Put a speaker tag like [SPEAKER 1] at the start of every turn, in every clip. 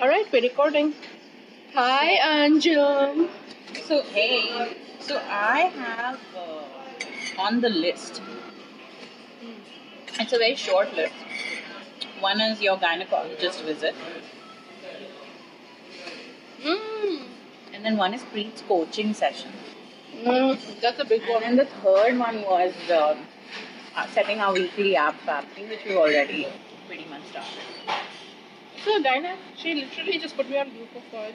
[SPEAKER 1] All right, we're recording. Hi, Anjum.
[SPEAKER 2] So hey, so I have uh, on the list. It's a very short list. One is your gynecologist visit,
[SPEAKER 1] Mm.
[SPEAKER 2] and then one is Preet's coaching session,
[SPEAKER 1] Mm, that's a big
[SPEAKER 2] and
[SPEAKER 1] one.
[SPEAKER 2] then the third one was uh, uh, setting our weekly app thing, which we've already pretty much started.
[SPEAKER 1] So, Dinah, she literally just put me on group of five.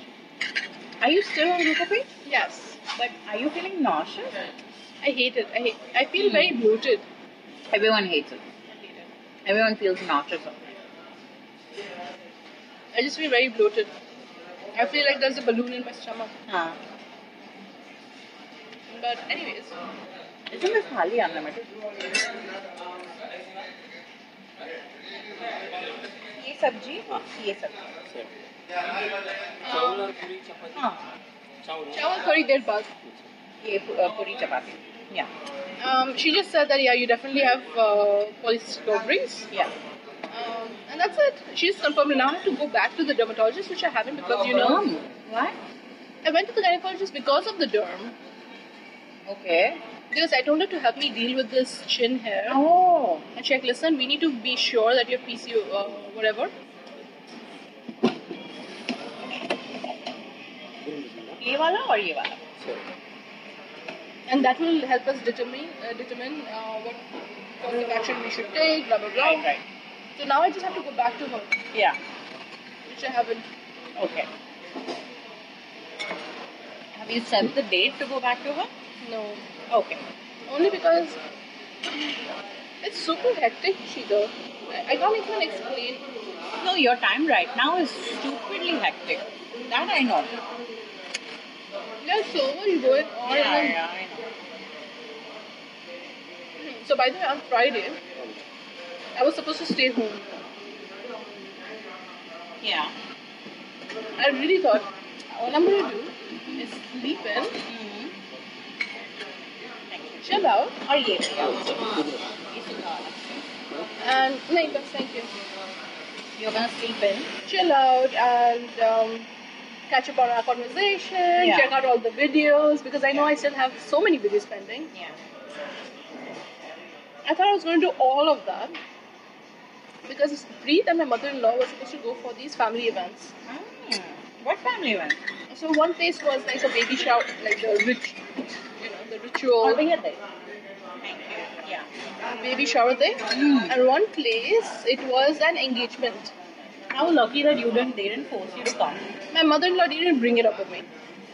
[SPEAKER 2] Are you still on glucopage?
[SPEAKER 1] Yes.
[SPEAKER 2] But are you feeling nauseous?
[SPEAKER 1] I hate it. I hate, I feel very bloated.
[SPEAKER 2] Everyone hates it. Everyone feels nauseous. on it.
[SPEAKER 1] I just feel very bloated. I feel like there's a balloon in my stomach.
[SPEAKER 2] Huh.
[SPEAKER 1] But, anyways,
[SPEAKER 2] Isn't this hardly unlimited? ये सब्जी ये सब्जी
[SPEAKER 1] um,
[SPEAKER 2] हाँ
[SPEAKER 1] Chawal curry did bug.
[SPEAKER 2] ये पु- अ, पूरी चपाती या
[SPEAKER 1] Um, she just said that yeah, you definitely have uh, polycystic ovaries,
[SPEAKER 2] या
[SPEAKER 1] um, and that's it. She's confirmed. Now I have to go back to the dermatologist, which I haven't
[SPEAKER 2] तो
[SPEAKER 1] because you know
[SPEAKER 2] what
[SPEAKER 1] I went to the gynecologist because of the derm.
[SPEAKER 2] Okay
[SPEAKER 1] Because I told her to help me deal with this chin hair.
[SPEAKER 2] Oh
[SPEAKER 1] And she's like, listen, we need to be sure that your PCO, uh, whatever.
[SPEAKER 2] ये वाला और ये वाला
[SPEAKER 1] And that will help us determine uh, determine uh, what course of action we should take, blah, blah, blah.
[SPEAKER 2] Right right
[SPEAKER 1] So now I just have to go back to her,
[SPEAKER 2] या
[SPEAKER 1] which I haven't.
[SPEAKER 2] Okay Have you set the date to go back to her?
[SPEAKER 1] No.
[SPEAKER 2] Okay.
[SPEAKER 1] Only because it's super hectic, Shida. I, I can't even explain.
[SPEAKER 2] No, your time right now is stupidly hectic. That I know.
[SPEAKER 1] There's so much going on.
[SPEAKER 2] yeah, yeah, I know.
[SPEAKER 1] So by the way, on Friday, I was supposed to stay home.
[SPEAKER 2] Yeah.
[SPEAKER 1] I really thought all I'm gonna do is sleep in,
[SPEAKER 2] Mm-hmm.
[SPEAKER 1] chill out,
[SPEAKER 2] और ये भैया you
[SPEAKER 1] and no, you guys, thank you.
[SPEAKER 2] Can sleep in
[SPEAKER 1] Chill out and um, catch up on our conversation.
[SPEAKER 2] Yeah.
[SPEAKER 1] Check out all the videos because I know I still have so many videos pending. I thought I was going to do all of that because Preet and my mother-in-law were supposed to go for these family events.
[SPEAKER 2] Hmm. What family one
[SPEAKER 1] So one place was like a baby shower, like the rich, you know, the ritual
[SPEAKER 2] और भैया दे thank you या
[SPEAKER 1] baby shower thing,
[SPEAKER 2] Mm.
[SPEAKER 1] and one place it was an engagement.
[SPEAKER 2] How lucky that you didn't they didn't force you to come
[SPEAKER 1] My mother-in-law didn't bring it up with me.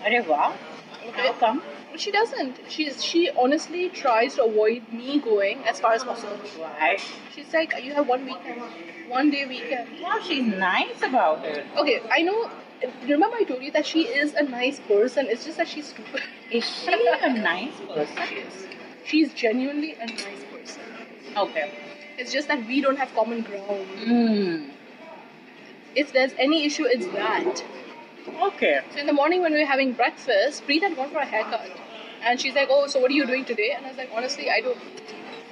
[SPEAKER 2] अरे वाह
[SPEAKER 1] Okay.
[SPEAKER 2] How come
[SPEAKER 1] But she doesn't. She's she honestly tries to avoid me going as far as possible.
[SPEAKER 2] Why
[SPEAKER 1] She's like, you have one weekend, one day weekend.
[SPEAKER 2] How she is nice about it
[SPEAKER 1] Okay, I know. Remember, I told you that she is a nice person. It's just that she's stupid.
[SPEAKER 2] Is she a nice person
[SPEAKER 1] She is. She's genuinely a nice person.
[SPEAKER 2] Okay
[SPEAKER 1] It's just that we don't have common ground.
[SPEAKER 2] Hmm
[SPEAKER 1] If there's any issue, it's that.
[SPEAKER 2] Okay
[SPEAKER 1] So in the morning when we were having breakfast, Preet had gone for a haircut, and she's like, "Oh, so what are you doing today?" And I was like, "Honestly, I don't,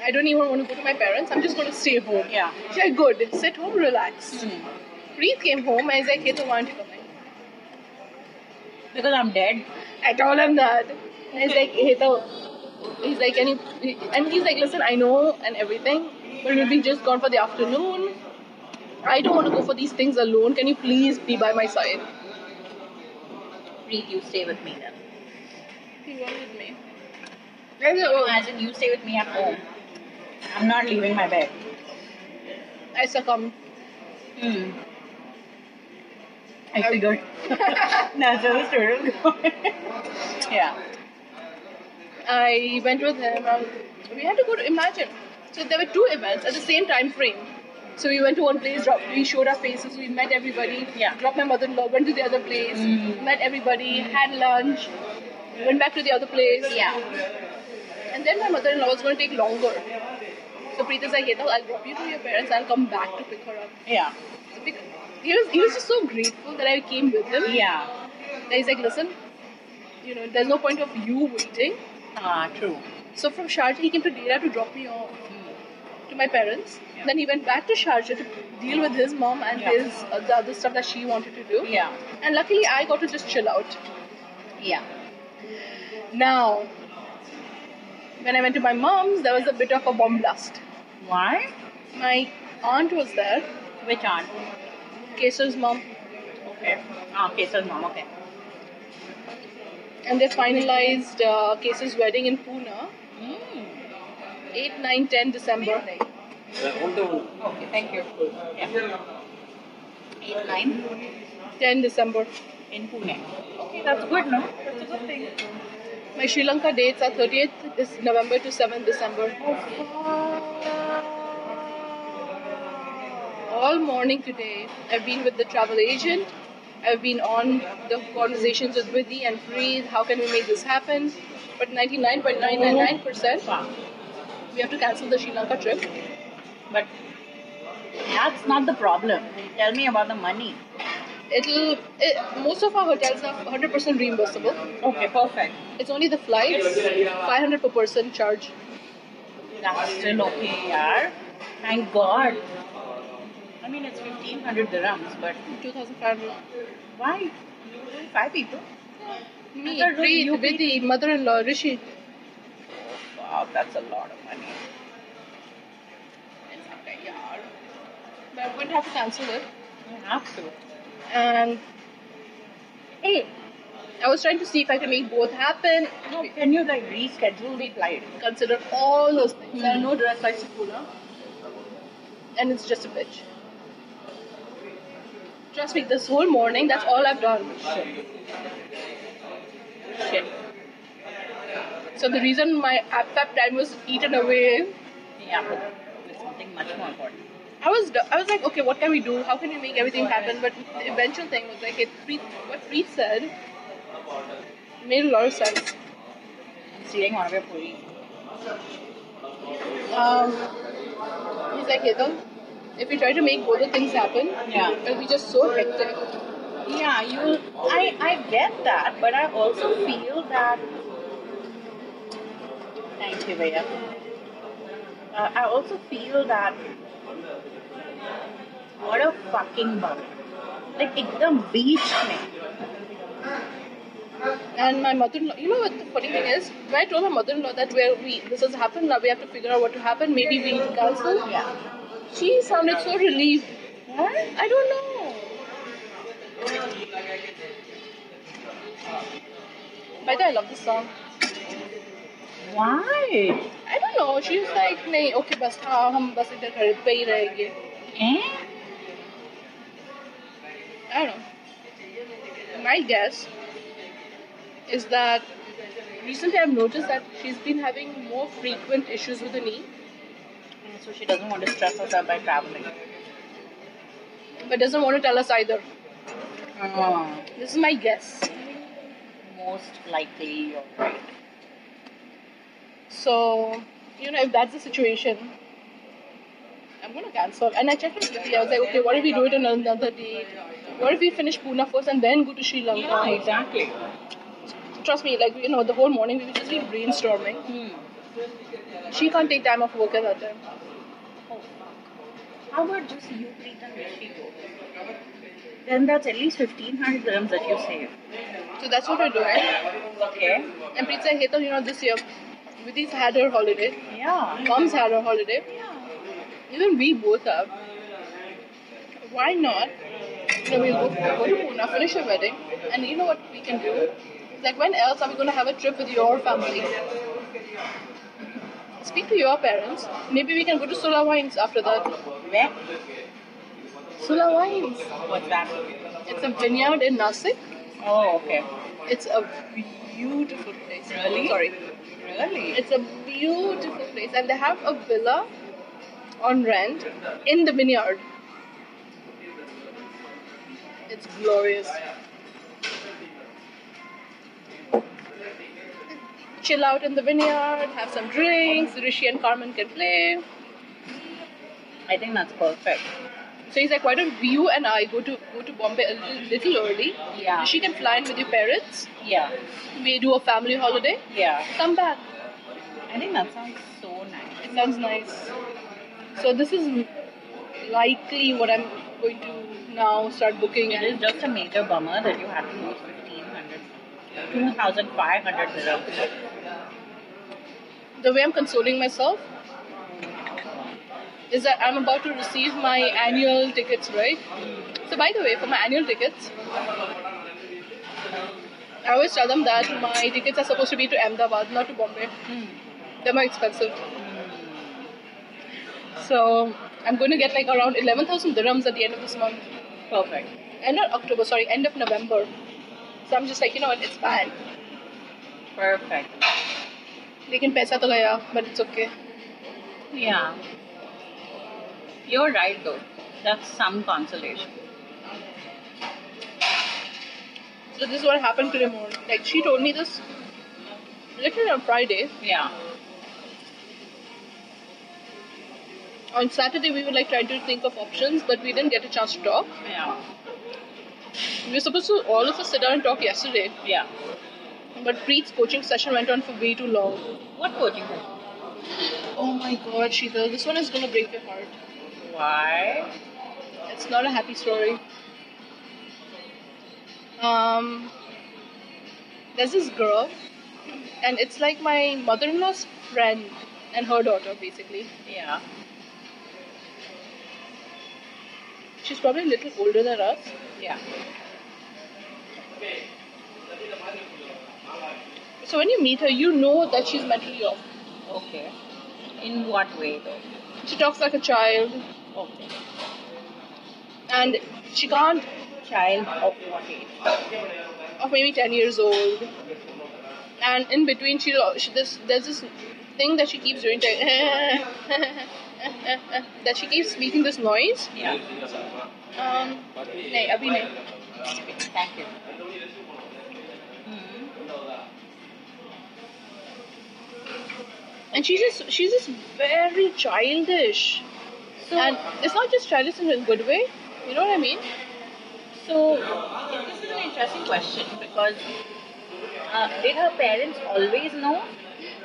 [SPEAKER 1] I don't even want to go to my parents. I'm just going to stay home."
[SPEAKER 2] Yeah.
[SPEAKER 1] She's like, "Good, sit home, relax." Preet came home, and I was like, "Hey, so why aren't you coming?"
[SPEAKER 2] Because I am dead
[SPEAKER 1] I told him that. And he's like, "Hey, so," he's like, and, he, and he's like, "Listen, I know and everything, but we've been just gone for the afternoon. I don't want to go for these things alone. Can you please be by my side?"
[SPEAKER 2] Preet you stay with me then
[SPEAKER 1] He wanted me.
[SPEAKER 2] imagine you stay with me at home i'm not leaving my bed
[SPEAKER 1] "Oh, I succumbed.
[SPEAKER 2] Hmm. I figured. That's how the story was going. yeah.
[SPEAKER 1] I went with him. And we had to go to Imagine. So there were two events at the same time frame. So we went to one place, dropped, we showed our faces, we met everybody.
[SPEAKER 2] Yeah. Mm.
[SPEAKER 1] Dropped my mother-in-law, went to the other place, met everybody, had lunch, went back to the other place.
[SPEAKER 2] Yeah.
[SPEAKER 1] And then my mother-in-law was going to take longer. So Preet is like, hey, no, I'll drop you to your parents. I'll come back to pick her up.
[SPEAKER 2] Yeah.
[SPEAKER 1] So pick- he was he was just so grateful that I came with him.
[SPEAKER 2] Yeah.
[SPEAKER 1] That he's like, listen, you know, there's no point of you waiting.
[SPEAKER 2] Ah, true.
[SPEAKER 1] So from Sharjah, he came to Dera to drop me off. to my parents.
[SPEAKER 2] Yeah.
[SPEAKER 1] Then he went back to Sharjah to deal with his mom and
[SPEAKER 2] Yeah.
[SPEAKER 1] his uh, the other stuff that she wanted to do.
[SPEAKER 2] Yeah.
[SPEAKER 1] And luckily, I got to just chill out.
[SPEAKER 2] Yeah.
[SPEAKER 1] Now, when I went to my mom's, there was a bit of a bomb blast.
[SPEAKER 2] Why?
[SPEAKER 1] My aunt was there,
[SPEAKER 2] Which aunt?
[SPEAKER 1] Keso's mom,
[SPEAKER 2] Okay. Ah, Kesal's mom. Okay.
[SPEAKER 1] and they finalized uh, Keso's wedding in Pune,
[SPEAKER 2] Mm.
[SPEAKER 1] 8, 9, 10 December.
[SPEAKER 2] Okay. Thank you. Yeah. Eight nine
[SPEAKER 1] 10 December.
[SPEAKER 2] in Pune. Okay, that's good, no? That's a good thing.
[SPEAKER 1] My Sri Lanka dates are 30th this November to 7th December. All morning today, I've been with the travel agent. I've been on the conversations with Vidhi and Preet. How can we make this happen? But 99.999%,
[SPEAKER 2] Wow.
[SPEAKER 1] we have to cancel the Sri Lanka trip.
[SPEAKER 2] But that's not the problem. Tell me about the money.
[SPEAKER 1] It'll it, most of our hotels are 100% reimbursable.
[SPEAKER 2] Okay, perfect.
[SPEAKER 1] It's only the flights, 500 per person charge.
[SPEAKER 2] That's still okay, yaar. Thank God. I mean, it's 1500 dirhams, but
[SPEAKER 1] 2,500.
[SPEAKER 2] why? Five people?
[SPEAKER 1] Me,
[SPEAKER 2] I thought
[SPEAKER 1] Preet,
[SPEAKER 2] you-
[SPEAKER 1] Vidhi, mother-in-law, Rishi.
[SPEAKER 2] Wow, that's a lot of money.
[SPEAKER 1] It's okay, yeah. But I'm going to have to cancel it.
[SPEAKER 2] You have to.
[SPEAKER 1] And hey, I was trying to see if I can make both happen.
[SPEAKER 2] No, can you like reschedule the flight?
[SPEAKER 1] Consider all those things. There are no direct flights to Pune, and it's just a bitch. Trust me, this whole morning, that's all I've done.
[SPEAKER 2] Shit. Shit.
[SPEAKER 1] So the reason my app app time was eaten away,
[SPEAKER 2] Yeah, but there's something much more important.
[SPEAKER 1] I was do- I was like, okay, what can we do? How can we make everything happen? But the eventual thing was like, it, Preet, what Preet said made a lot of sense.
[SPEAKER 2] I'm stealing one of your puri.
[SPEAKER 1] Um, he's like, Hetal, if we try to make both the things happen,
[SPEAKER 2] Yeah.
[SPEAKER 1] it'll be just so hectic.
[SPEAKER 2] Yeah, you. I I get that, but I also feel that. Thank you, Vaya. Uh, I also feel that. What a fucking bug! Like एकदम बीच में.
[SPEAKER 1] And my mother-in-law, you know what the funny thing is? When I told my mother-in-law that where we this has happened, now we have to figure out what to happen. Maybe we need counsel.
[SPEAKER 2] Yeah.
[SPEAKER 1] She sounded so relieved.
[SPEAKER 2] What?
[SPEAKER 1] I don't know. By the way, I love this song.
[SPEAKER 2] Why?
[SPEAKER 1] I don't know. She was like, "नहीं, okay, बस हाँ, हम बस इधर घर पे ही रहेंगे."
[SPEAKER 2] Eh?
[SPEAKER 1] I don't know. My guess is that recently I've noticed that she's been having more frequent issues with the knee,
[SPEAKER 2] So she doesn't want to stress herself by traveling.
[SPEAKER 1] but doesn't want to tell us either.
[SPEAKER 2] Oh.
[SPEAKER 1] This is my guess.
[SPEAKER 2] Most likely, you're right.
[SPEAKER 1] So, you know, if that's the situation, I'm gonna cancel. And I checked with Vicky. I was like, okay, what if we do it on another date? What if we finish Pune first and then go to Sri Lanka?
[SPEAKER 2] Yeah, exactly.
[SPEAKER 1] Trust me, like you know, the whole morning we've just been brainstorming.
[SPEAKER 2] Hmm.
[SPEAKER 1] She can't take time off work at that time.
[SPEAKER 2] Oh, How about just you treat and Rishi go? Then that's at least 1500 grams that you save.
[SPEAKER 1] So that's what we're doing.
[SPEAKER 2] Okay.
[SPEAKER 1] And Preet said, Hetal, you know, this year, Vidhi's had her holiday.
[SPEAKER 2] Yeah.
[SPEAKER 1] Mom's had her holiday. Even we both have. Why not? You know, we'll go, go to Pune, finish our wedding, and you know what we can do? Like, when else are we going to have a trip with your family? Speak to your parents. Maybe we can go to Sula Wines after that.
[SPEAKER 2] Where?
[SPEAKER 1] Sula Wines.
[SPEAKER 2] What's that?
[SPEAKER 1] It's a vineyard in Nasik.
[SPEAKER 2] Oh, okay.
[SPEAKER 1] It's a beautiful place.
[SPEAKER 2] Really?
[SPEAKER 1] Sorry.
[SPEAKER 2] Really?
[SPEAKER 1] It's a beautiful place, and they have a villa on rent in the vineyard. It's glorious. Chill out in the vineyard, have some drinks. Rishi and Carmen can play.
[SPEAKER 2] I think that's perfect.
[SPEAKER 1] So he's like, why don't you and I go to go to Bombay a little, little early?
[SPEAKER 2] Yeah.
[SPEAKER 1] Rishi can fly in with your parents.
[SPEAKER 2] Yeah.
[SPEAKER 1] We do a family holiday.
[SPEAKER 2] Yeah.
[SPEAKER 1] Come back.
[SPEAKER 2] I think that sounds so nice.
[SPEAKER 1] It sounds nice. So this is likely what I'm going to now start booking.
[SPEAKER 2] It
[SPEAKER 1] And
[SPEAKER 2] is just a major bummer that you had to lose 1500, 2500 dirhams.
[SPEAKER 1] the way I'm consoling myself is that I'm about to receive my annual tickets, right? So by the way, for my annual tickets, I always tell them that my tickets are supposed to be to Ahmedabad, not to Bombay.
[SPEAKER 2] Hmm.
[SPEAKER 1] They're more expensive. So I'm going to get like around 11,000 dirhams at the end of this month.
[SPEAKER 2] Perfect.
[SPEAKER 1] End of October, sorry, end of November. So I'm just like, you know what, it's fine.
[SPEAKER 2] Perfect.
[SPEAKER 1] Lekin paisa to gaya, but it's okay.
[SPEAKER 2] Yeah. You're right though. That's some consolation.
[SPEAKER 1] So this is what happened today morning. Like she told me this literally on Friday.
[SPEAKER 2] Yeah.
[SPEAKER 1] On Saturday we were like trying to think of options, but we didn't get a chance to talk.
[SPEAKER 2] Yeah.
[SPEAKER 1] We were supposed to all of us sit down and talk yesterday,
[SPEAKER 2] Yeah.
[SPEAKER 1] but Preet's coaching session went on for way too long.
[SPEAKER 2] What coaching session?
[SPEAKER 1] Oh my God, Sheetal, this one is gonna break your heart.
[SPEAKER 2] Why?
[SPEAKER 1] It's not a happy story. Um, there's this girl, and it's like my mother-in-law's friend and her daughter, basically.
[SPEAKER 2] Yeah.
[SPEAKER 1] She's probably a little older than us.
[SPEAKER 2] Yeah.
[SPEAKER 1] So when you meet her, you know that she's mentally off.
[SPEAKER 2] Okay. In what way though?
[SPEAKER 1] She talks like a child,
[SPEAKER 2] Okay.
[SPEAKER 1] and she can't.
[SPEAKER 2] Child of what age?
[SPEAKER 1] Of maybe ten years old, and in between she, she this, there's this thing that she keeps doing like, that she keeps making this noise.
[SPEAKER 2] Yeah.
[SPEAKER 1] Um, nahi, abhi nahi.
[SPEAKER 2] Thank you. hmm
[SPEAKER 1] And she's just she's just very childish,
[SPEAKER 2] So,
[SPEAKER 1] and it's not just childish in a good way. You know what I mean?
[SPEAKER 2] So, this is an interesting question because uh, did her parents always know?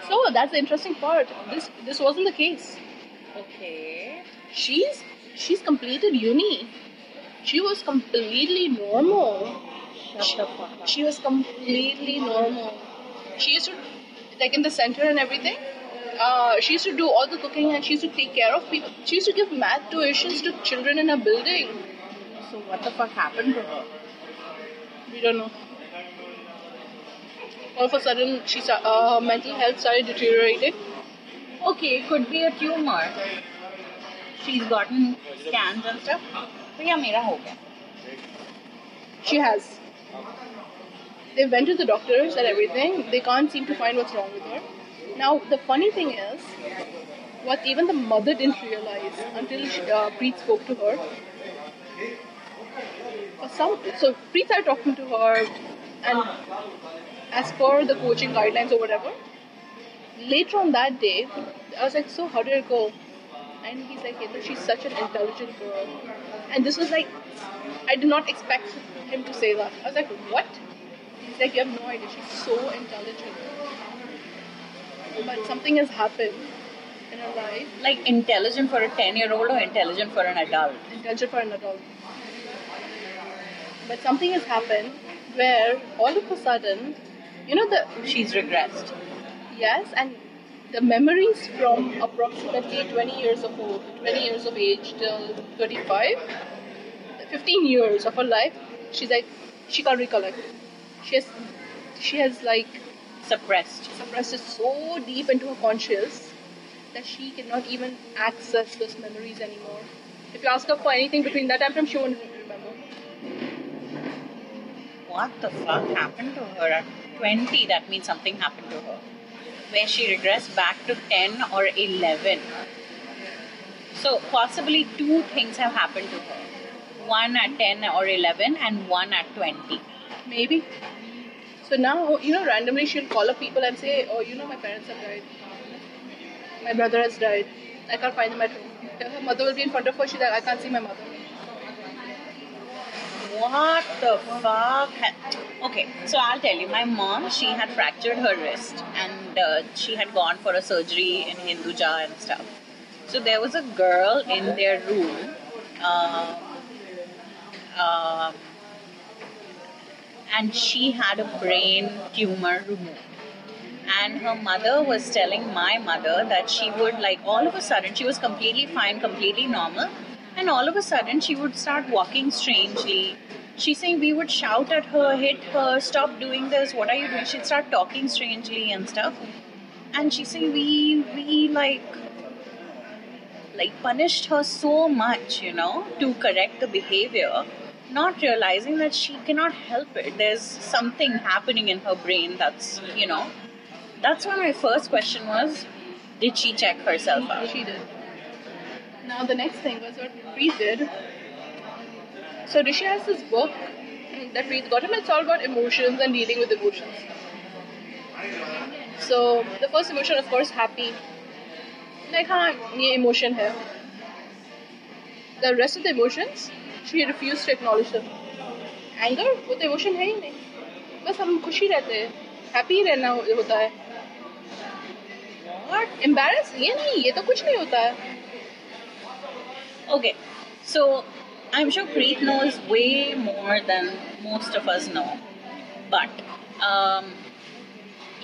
[SPEAKER 1] So that's the interesting part. This this wasn't the case.
[SPEAKER 2] Okay.
[SPEAKER 1] She's she's completed uni. She was completely normal.
[SPEAKER 2] Shut the fuck up.
[SPEAKER 1] She was completely normal. She used to like in the center and everything. Uh, she used to do all the cooking and she used to take care of people. She used to give math tuitions to children in her building.
[SPEAKER 2] So, what the fuck happened to her?
[SPEAKER 1] We don't know. All of a sudden, she sta- uh, mental health started deteriorating.
[SPEAKER 2] Okay, it could be a tumor. She's gotten scans and stuff. So, yeah, mera ho gaya.
[SPEAKER 1] She has. They went to the doctors and everything. They can't seem to find what's wrong with her. Now, the funny thing is, what even the mother didn't realize until she, uh, Preet spoke to her. Uh, Some, so Preet started talking to her, and as per the coaching guidelines or whatever, later on that day, I was like, so how did it go? And he's like, Hetal, she's such an intelligent girl. And this was like, I did not expect him to say that. I was like, what? He's like, you have no idea. She's so intelligent. But something has happened in her life.
[SPEAKER 2] Like, intelligent for a 10 year old or intelligent for an adult?
[SPEAKER 1] Intelligent for an adult. But something has happened where all of a sudden, you know, the
[SPEAKER 2] She's regressed.
[SPEAKER 1] Yes, and the memories from approximately 20 years of old, 20 years of age till 35, 15 years of her life, she's like, she can't recollect. She has, she has like
[SPEAKER 2] Suppressed.
[SPEAKER 1] suppressed it so deep into her conscious that she cannot even access those memories anymore. If you ask her for anything between that time frame, she won't remember.
[SPEAKER 2] What the fuck happened to her at 20? That means something happened to her. Where she regressed back to 10 or 11. So, possibly two things have happened to her one at 10 or 11, and one at 20.
[SPEAKER 1] Maybe. So now, you know, randomly she'll call up people and say, Oh, you know, my parents have died. My brother has died. I can't find them at home. Her mother will be in front of her. She's like, I can't see my mother.
[SPEAKER 2] What the fuck? ha- Okay, so I'll tell you. My mom, she had fractured her wrist and uh, she had gone for a surgery in Hinduja and stuff. So there was a girl in their room. Um, um, and she had a brain tumor removed. And her mother was telling my mother that she would, like, all of a sudden, she was completely fine, completely normal. And all of a sudden, she would start walking strangely. She's saying we would shout at her, hit her, stop doing this, what are you doing? She'd start talking strangely and stuff. And she's saying we, we, like, like punished her so much, you know, to correct the behavior, not realizing that she cannot help it. There's something happening in her brain that's, you know, that's when my first question was, did she check herself out?
[SPEAKER 1] She did. Now the next thing was what Preet did. So Rishi has this book that Preet got him. It's all about emotions and dealing with emotions. So the first emotion, of course, happy. Like, हाँ ये emotion है. The rest of the emotions, she refused to acknowledge them. Anger, वो तो emotion है ही नहीं. बस हम खुशी रहते हैं. Happy ही रहना हो- होता है. What? Embarrassed? ये नहीं. ये तो कुछ नहीं होता है.
[SPEAKER 2] Okay, so I'm sure Preet knows way more than most of us know, but um,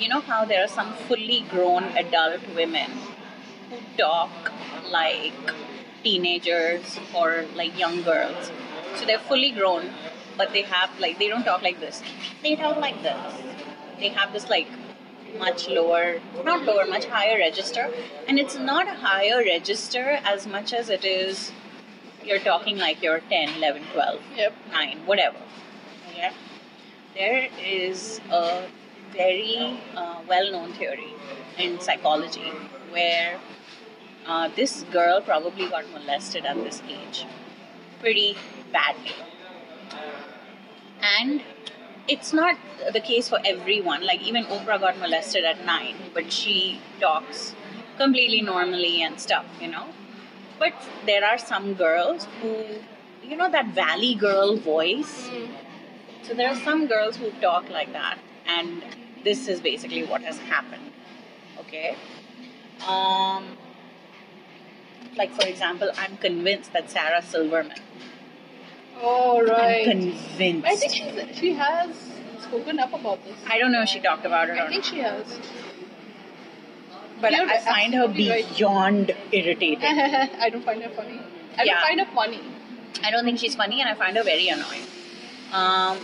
[SPEAKER 2] you know how there are some fully grown adult women who talk like teenagers or like young girls. So they're fully grown, but they have like they don't talk like this. They talk like this. They have this like much lower, not lower, much higher register, and it's not a higher register as much as it is. You're talking like you're 10, 11, 12
[SPEAKER 1] Yep.
[SPEAKER 2] nine, whatever. Yeah. There is a very uh, well-known theory in psychology where uh, this girl probably got molested at this age, pretty badly, and it's not the case for everyone. Like even Oprah got molested at nine, but she talks completely normally and stuff, you know. But there are some girls who, you know, that valley girl voice.
[SPEAKER 1] Hmm.
[SPEAKER 2] So there are some girls who talk like that, and this is basically what has happened. Okay. Um, like for example, I'm convinced that Sarah Silverman.
[SPEAKER 1] All right.
[SPEAKER 2] I'm convinced.
[SPEAKER 1] I think she's, she has spoken up about this.
[SPEAKER 2] I don't know if she talked about it or
[SPEAKER 1] I
[SPEAKER 2] not.
[SPEAKER 1] think she has.
[SPEAKER 2] But
[SPEAKER 1] You're
[SPEAKER 2] I find her
[SPEAKER 1] absolutely right.
[SPEAKER 2] beyond irritating.
[SPEAKER 1] I don't find her funny. I
[SPEAKER 2] Yeah.
[SPEAKER 1] don't find her funny.
[SPEAKER 2] I don't think she's funny, and I find her very annoying. Um,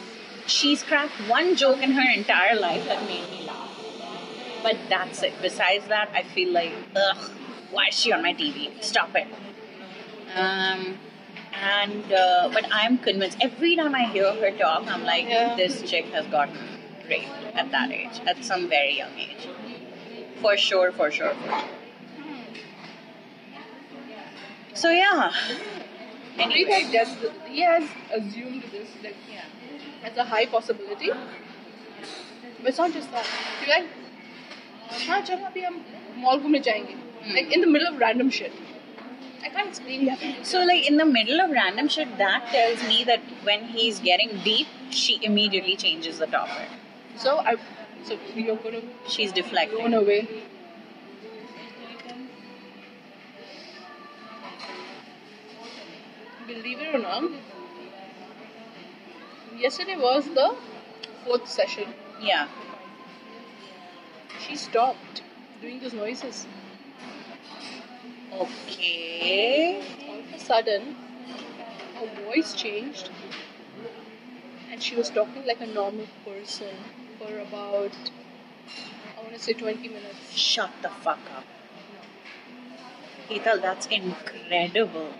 [SPEAKER 2] she's cracked one joke in her entire life that made me laugh. But that's it. Besides that, I feel like, ugh, why is she on my TV? Stop it. Um, and uh, but I'm convinced. Every time I hear her talk, I'm like,
[SPEAKER 1] Yeah.
[SPEAKER 2] this chick has gotten raped at that age, at some very young age. For sure, for sure, for sure. So yeah.
[SPEAKER 1] Preet
[SPEAKER 2] Anyway.
[SPEAKER 1] has guessed. He has assumed this that as a high possibility. But it's not just that. She's like, हाँ चलो अभी हम mall घूमने जाएंगे.
[SPEAKER 2] Hmm.
[SPEAKER 1] Like in the middle of random shit. I can't explain that.
[SPEAKER 2] So, like in the middle of random shit, that tells me that when he's getting deep, she immediately changes the topic.
[SPEAKER 1] So I, so you're gonna
[SPEAKER 2] She's
[SPEAKER 1] blown
[SPEAKER 2] deflecting.
[SPEAKER 1] away. Believe it or not, yesterday was the fourth session.
[SPEAKER 2] Yeah.
[SPEAKER 1] She stopped doing those noises.
[SPEAKER 2] Okay.
[SPEAKER 1] All of a sudden, her voice changed and she was talking like a normal person for about, I want to say 20 minutes.
[SPEAKER 2] Shut the fuck up. Hetal, that's incredible.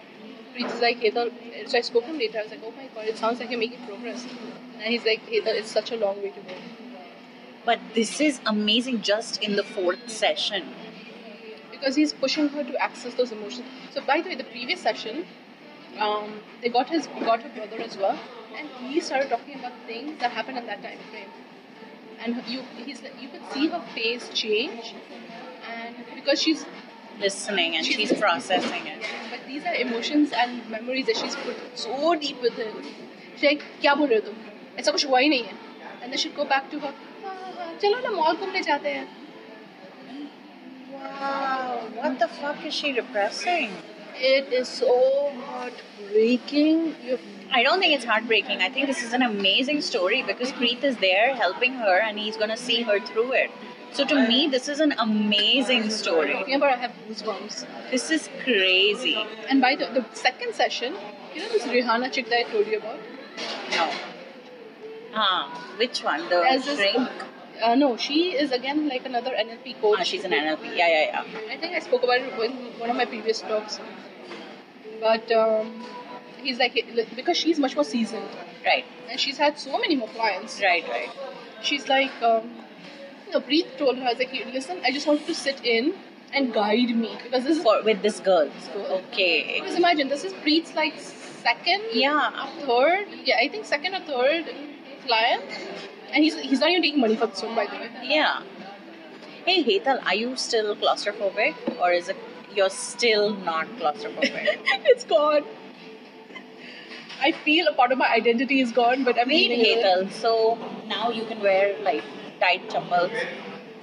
[SPEAKER 1] Preet is like, Hetal, so I spoke to him later. I was like, oh my god, it sounds like you're making progress. And he's like, Hetal, it's such a long way to go.
[SPEAKER 2] But this is amazing just in the fourth session.
[SPEAKER 1] Because he's pushing her to access those emotions. So, by the way, the previous session, um, they got his got her brother as well, and he started talking about things that happened in that time frame. And you, he's like, you could see her face change, and because she's
[SPEAKER 2] Listening and she's processing it.
[SPEAKER 1] But these are emotions and memories that she's put so deep within. She's like, क्या बोल रहे हो तुम ऐसा कुछ हुआ ही नहीं है and then she'd go back to her "हाँ, हाँ, चलो ना मॉल घूमने जाते हैं
[SPEAKER 2] Wow, what the fuck is she repressing?
[SPEAKER 1] It is so heartbreaking. You
[SPEAKER 2] I don't think it's heartbreaking. I think this is an amazing story because Preet is there helping her and he's gonna see her through it. So to me, this is an amazing story.
[SPEAKER 1] talking about I have goosebumps.
[SPEAKER 2] This is crazy.
[SPEAKER 1] And by the, the second session, you know this Rihanna chick that I told you about?
[SPEAKER 2] No. Ah, which one? The
[SPEAKER 1] As this-
[SPEAKER 2] drink?
[SPEAKER 1] Uh, no, she is again like another NLP coach.
[SPEAKER 2] Ah, she's an NLP. Yeah, yeah, yeah.
[SPEAKER 1] I think I spoke about it in one of my previous talks. But um, he's like, because she's much more seasoned
[SPEAKER 2] Right,
[SPEAKER 1] and she's had so many more clients.
[SPEAKER 2] right, right.
[SPEAKER 1] She's like, um, you know, Preet told her, I was like, "Hey, listen, I just want you to sit in and guide me because this is.
[SPEAKER 2] For with this girl.
[SPEAKER 1] girl.
[SPEAKER 2] Okay.
[SPEAKER 1] Because imagine, this is Preet's like second
[SPEAKER 2] Yeah.
[SPEAKER 1] third, yeah, I think second or third client, and he's he's not even taking money for this one, by the way.
[SPEAKER 2] Yeah. Hey Hetal, are you still claustrophobic or is it you're still not claustrophobic?
[SPEAKER 1] it's gone. I feel a part of my identity is gone, but I'm
[SPEAKER 2] Wait,
[SPEAKER 1] leaving it.
[SPEAKER 2] Hetal, so now you can wear like tight chappals.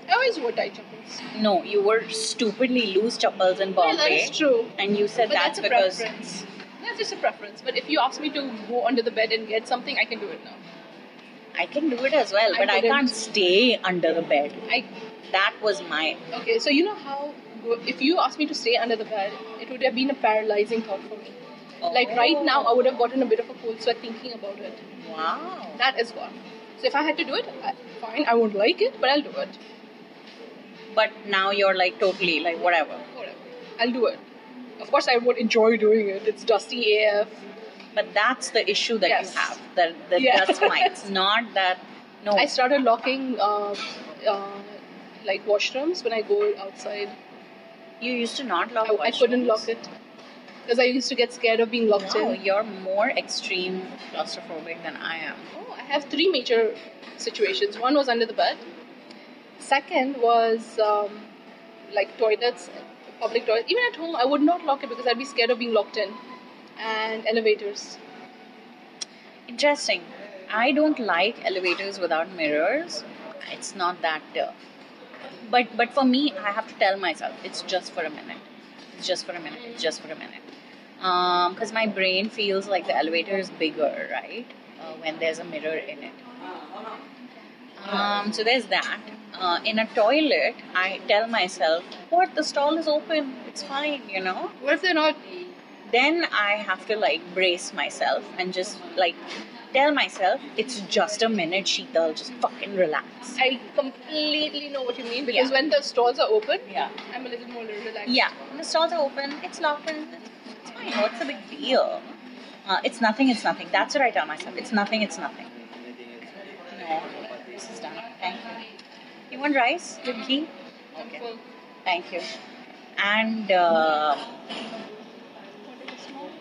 [SPEAKER 1] I always wore tight chappals.
[SPEAKER 2] No, you were stupidly loose chappals in
[SPEAKER 1] Well,
[SPEAKER 2] Bombay.
[SPEAKER 1] that is true.
[SPEAKER 2] And you said
[SPEAKER 1] But that's,
[SPEAKER 2] that's,
[SPEAKER 1] a
[SPEAKER 2] because
[SPEAKER 1] preference. That's just a preference. But if you ask me to go under the bed and get something, I can do it now.
[SPEAKER 2] I can do it as well,
[SPEAKER 1] I
[SPEAKER 2] but I
[SPEAKER 1] couldn't.
[SPEAKER 2] can't stay under the bed.
[SPEAKER 1] I
[SPEAKER 2] That was my
[SPEAKER 1] okay. So you know how go- if you asked me to stay under the bed, it would have been a paralyzing thought for me. Like right now, I would have gotten a bit of a cold sweat thinking about it.
[SPEAKER 2] Wow.
[SPEAKER 1] That is gone. So if I had to do it, I, fine, I won't like it, but I'll do it.
[SPEAKER 2] But now you're like totally like whatever.
[SPEAKER 1] Whatever. I'll do it. Of course, I would enjoy doing it. It's dusty AF.
[SPEAKER 2] But that's the issue that
[SPEAKER 1] Yes.
[SPEAKER 2] you have. That the
[SPEAKER 1] Yeah.
[SPEAKER 2] dust mites. Not that no
[SPEAKER 1] I started locking uh, uh, like washrooms when I go outside.
[SPEAKER 2] you used to not lock
[SPEAKER 1] I, Oh, I couldn't lock it because I used to get scared of being locked
[SPEAKER 2] Wow,
[SPEAKER 1] in.
[SPEAKER 2] you're more extreme claustrophobic than I am.
[SPEAKER 1] Oh, I have three major situations. One was under the bed. Second was um, like toilets, public toilets. Even at home, I would not lock it because I'd be scared of being locked in. And elevators.
[SPEAKER 2] Interesting. I don't like elevators without mirrors. It's not that uh, but but for me I have to tell myself it's just for a minute. It's just for a minute. It's just for a minute. Um, cuz my brain feels like the elevator is bigger, right? Uh, when there's a mirror in it. Um, so there's that. Uh, in a toilet, I tell myself, "What? The stall is open. It's fine," you know
[SPEAKER 1] What if they're not?
[SPEAKER 2] then I have to like brace myself and just like tell myself it's just a minute, Sheetal, just fucking relax.
[SPEAKER 1] I completely know what you mean because
[SPEAKER 2] Yeah.
[SPEAKER 1] when the stalls are open,
[SPEAKER 2] Yeah.
[SPEAKER 1] I'm a little more relaxed.
[SPEAKER 2] Yeah, the stalls are open, it's locked, and it's, it's fine. What's the big deal? Uh, it's nothing, it's nothing. That's what I tell myself. It's nothing, it's nothing. No, this is done. Thank you. You want rice with ghee?
[SPEAKER 1] I'm
[SPEAKER 2] Okay.
[SPEAKER 1] full.
[SPEAKER 2] Thank you. And. Uh,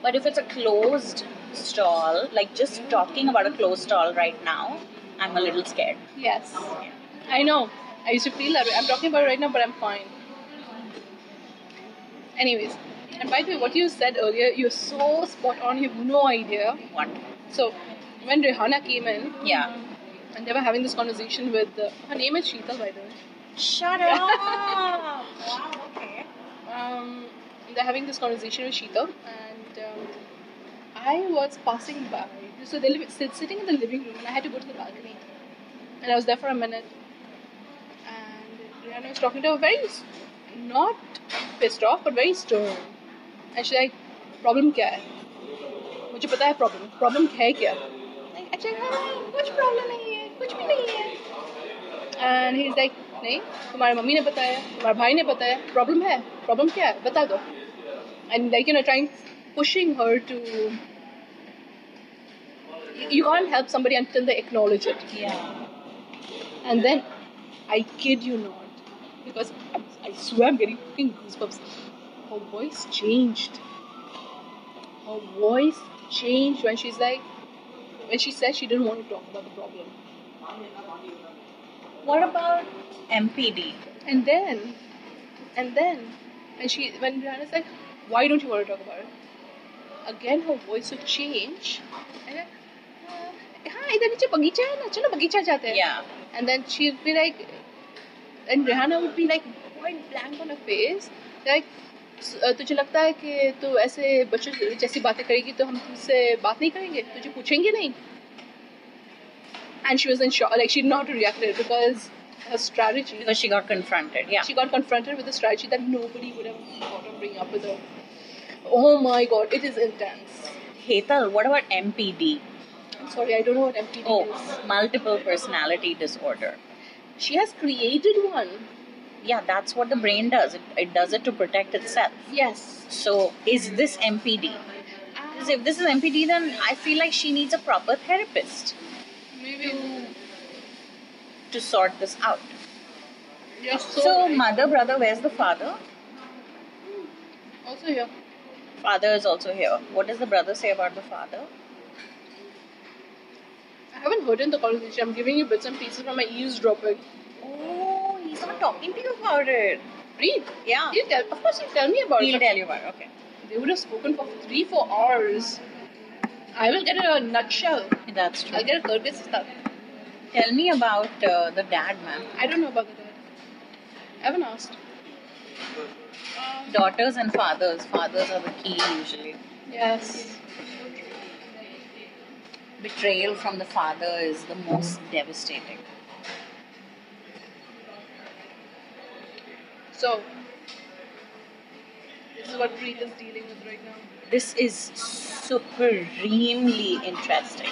[SPEAKER 2] But if it's a closed stall, like just talking about a closed stall right now, I'm a little scared.
[SPEAKER 1] Yes. I know. I used to feel that way. I'm talking about it right now, but I'm fine. Anyways, and by the way, what you said earlier, you're so spot on. You have no idea.
[SPEAKER 2] What?
[SPEAKER 1] So, when Rihanna came in,
[SPEAKER 2] Yeah.
[SPEAKER 1] and they were having this conversation with uh, her name is Sheetal, by the way.
[SPEAKER 2] Shut up! wow, okay.
[SPEAKER 1] um, they're having this conversation with Sheeta, and um, I was passing by. So they live sit, sitting in the living room, and I had to go to the balcony, and I was there for a minute. And Rihanna was talking to her very, s- not pissed off, but very stern, and she's like, "Problem क्या है? मुझे पता है problem. Problem है क्या? Like, अच्छा हाँ, कुछ problem नहीं है, कुछ भी नहीं है." एंड ही इज लाइक नहीं तुम्हारी मम्मी ने बताया तुम्हारे भाई ने बताया प्रॉब्लम है प्रॉब्लम क्या है बता दो and like you know trying pushing her to you can't help somebody until they acknowledge it
[SPEAKER 2] Yeah.
[SPEAKER 1] and then i kid you not because i, I swear i'm getting fucking goosebumps her voice changed her voice changed when she's like when she said she didn't want to talk about the problem
[SPEAKER 2] What about MPD?
[SPEAKER 1] And then, and then, and she, when Brianna's like, why don't you want to talk about it? Again, her voice would change. And then, "Uh, हाँ इधर नीचे बगीचा है ना चलो बगीचा जाते हैं
[SPEAKER 2] Yeah.
[SPEAKER 1] and then she'd be like and Rihanna would be like what went blank on her face. Like, "Uh, तुझे लगता है कि तू ऐसे बच्चों से- जैसी बातें करेगी तो हम तुझसे बात नहीं करेंगे तुझे पूछेंगे नहीं and she was in shock like she did not react to it because her strategy
[SPEAKER 2] Because she got confronted. Yeah.
[SPEAKER 1] she got confronted with a strategy that nobody would have thought of bringing up with her. Oh my god, it is intense.
[SPEAKER 2] Hetal, what about MPD?
[SPEAKER 1] I'm sorry, I don't know what MPD
[SPEAKER 2] Oh,
[SPEAKER 1] is.
[SPEAKER 2] multiple personality disorder.
[SPEAKER 1] She has created one.
[SPEAKER 2] Yeah, that's what the brain does. It, it does it to protect itself.
[SPEAKER 1] Yes.
[SPEAKER 2] So, is this MPD? Because if this is MPD, then I feel like she needs a proper therapist
[SPEAKER 1] Maybe.
[SPEAKER 2] to sort this out.
[SPEAKER 1] Yes, so.
[SPEAKER 2] So, mother, brother, where's the father?
[SPEAKER 1] also here.
[SPEAKER 2] Father is also here. What does the brother say about the father?
[SPEAKER 1] I haven't heard in the conversation. I'm giving you bits and pieces from my eavesdropping.
[SPEAKER 2] Oh, he's not talking to you about it.
[SPEAKER 1] Read.
[SPEAKER 2] Yeah.
[SPEAKER 1] He'll tell, of course, he'll tell me about
[SPEAKER 2] He'll
[SPEAKER 1] Ah. it.
[SPEAKER 2] tell you about it. Okay.
[SPEAKER 1] They would have spoken for three, four hours. I will get a nutshell.
[SPEAKER 2] That's true.
[SPEAKER 1] I'll get a Kyrgyz stuff.
[SPEAKER 2] Tell me about uh, the dad, ma'am.
[SPEAKER 1] I don't know about the dad. I haven't asked.
[SPEAKER 2] Daughters and fathers. Fathers are the key usually.
[SPEAKER 1] Yes.
[SPEAKER 2] Betrayal from the father is the most devastating.
[SPEAKER 1] So, this is what Preet is dealing with right now.
[SPEAKER 2] This is supremely interesting.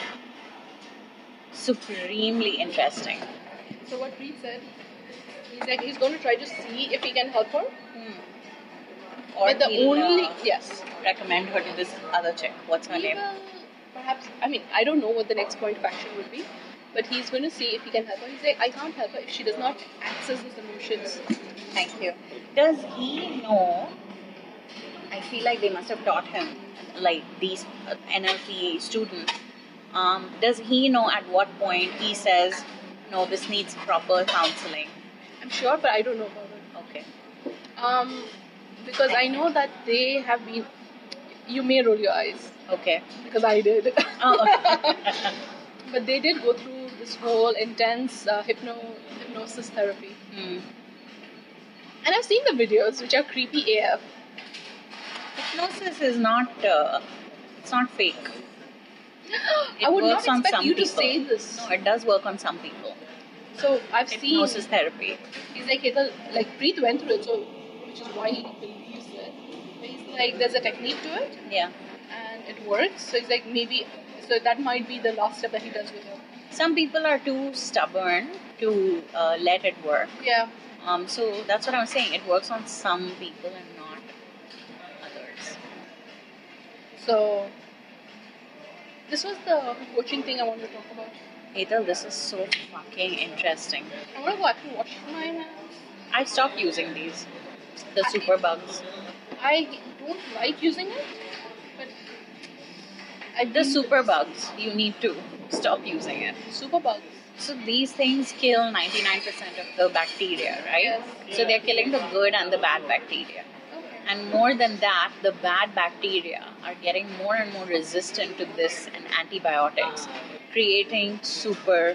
[SPEAKER 2] Supremely interesting.
[SPEAKER 1] So, what Preet said, he's like, he's going to try to see if he can help her.
[SPEAKER 2] Hmm. Or
[SPEAKER 1] but the
[SPEAKER 2] he'll, uh,
[SPEAKER 1] only, yes.
[SPEAKER 2] recommend her to this other chick. What's her
[SPEAKER 1] He
[SPEAKER 2] name?
[SPEAKER 1] will perhaps, I mean, I don't know what the next point of action would be, but he's going to see if he can help her. He's like, I can't help her if she does not access the solutions.
[SPEAKER 2] Thank you. Does he know? I feel like they must have taught him, like these uh, NLP students. Um, does he know at what point he says, no, this needs proper counseling?
[SPEAKER 1] I'm sure, but I don't know about it.
[SPEAKER 2] Okay.
[SPEAKER 1] Um, because I know that they have been, you may roll your eyes,
[SPEAKER 2] Okay.
[SPEAKER 1] because I did.
[SPEAKER 2] Oh,
[SPEAKER 1] But they did go through this whole intense uh, hypno hypnosis therapy,
[SPEAKER 2] Hmm.
[SPEAKER 1] and I've seen the videos, which are creepy AF.
[SPEAKER 2] Hypnosis is not, uh, it's not fake.
[SPEAKER 1] I would not
[SPEAKER 2] works on
[SPEAKER 1] expect
[SPEAKER 2] some
[SPEAKER 1] you to
[SPEAKER 2] people.
[SPEAKER 1] say this.
[SPEAKER 2] No, it does work on some people.
[SPEAKER 1] So I've
[SPEAKER 2] Hypnosis
[SPEAKER 1] seen.
[SPEAKER 2] therapy.
[SPEAKER 1] He's like, Hetal, like Preet went through it, so which is why he believes it. But he's like, there's a technique to it,
[SPEAKER 2] Yeah.
[SPEAKER 1] and it works. So he's like, maybe. So that might be the last step that he does with her.
[SPEAKER 2] Some people are too stubborn to uh, let it work.
[SPEAKER 1] Yeah.
[SPEAKER 2] Um, so that's what I'm saying. It works on some people and not others.
[SPEAKER 1] So. This was the coaching thing I wanted to talk about.
[SPEAKER 2] Ethel, this is so fucking interesting.
[SPEAKER 1] I want to go actually wash my hands.
[SPEAKER 2] I stopped using these, the super bugs.
[SPEAKER 1] I don't like using it, but I
[SPEAKER 2] The super bugs, you need to stop using it.
[SPEAKER 1] super bugs.
[SPEAKER 2] So these things kill 99% of the bacteria, right?
[SPEAKER 1] Yes.
[SPEAKER 2] So they're killing the good and the bad bacteria.
[SPEAKER 1] Okay.
[SPEAKER 2] And more than that, the bad bacteria are getting more and more resistant to this and antibiotics, creating super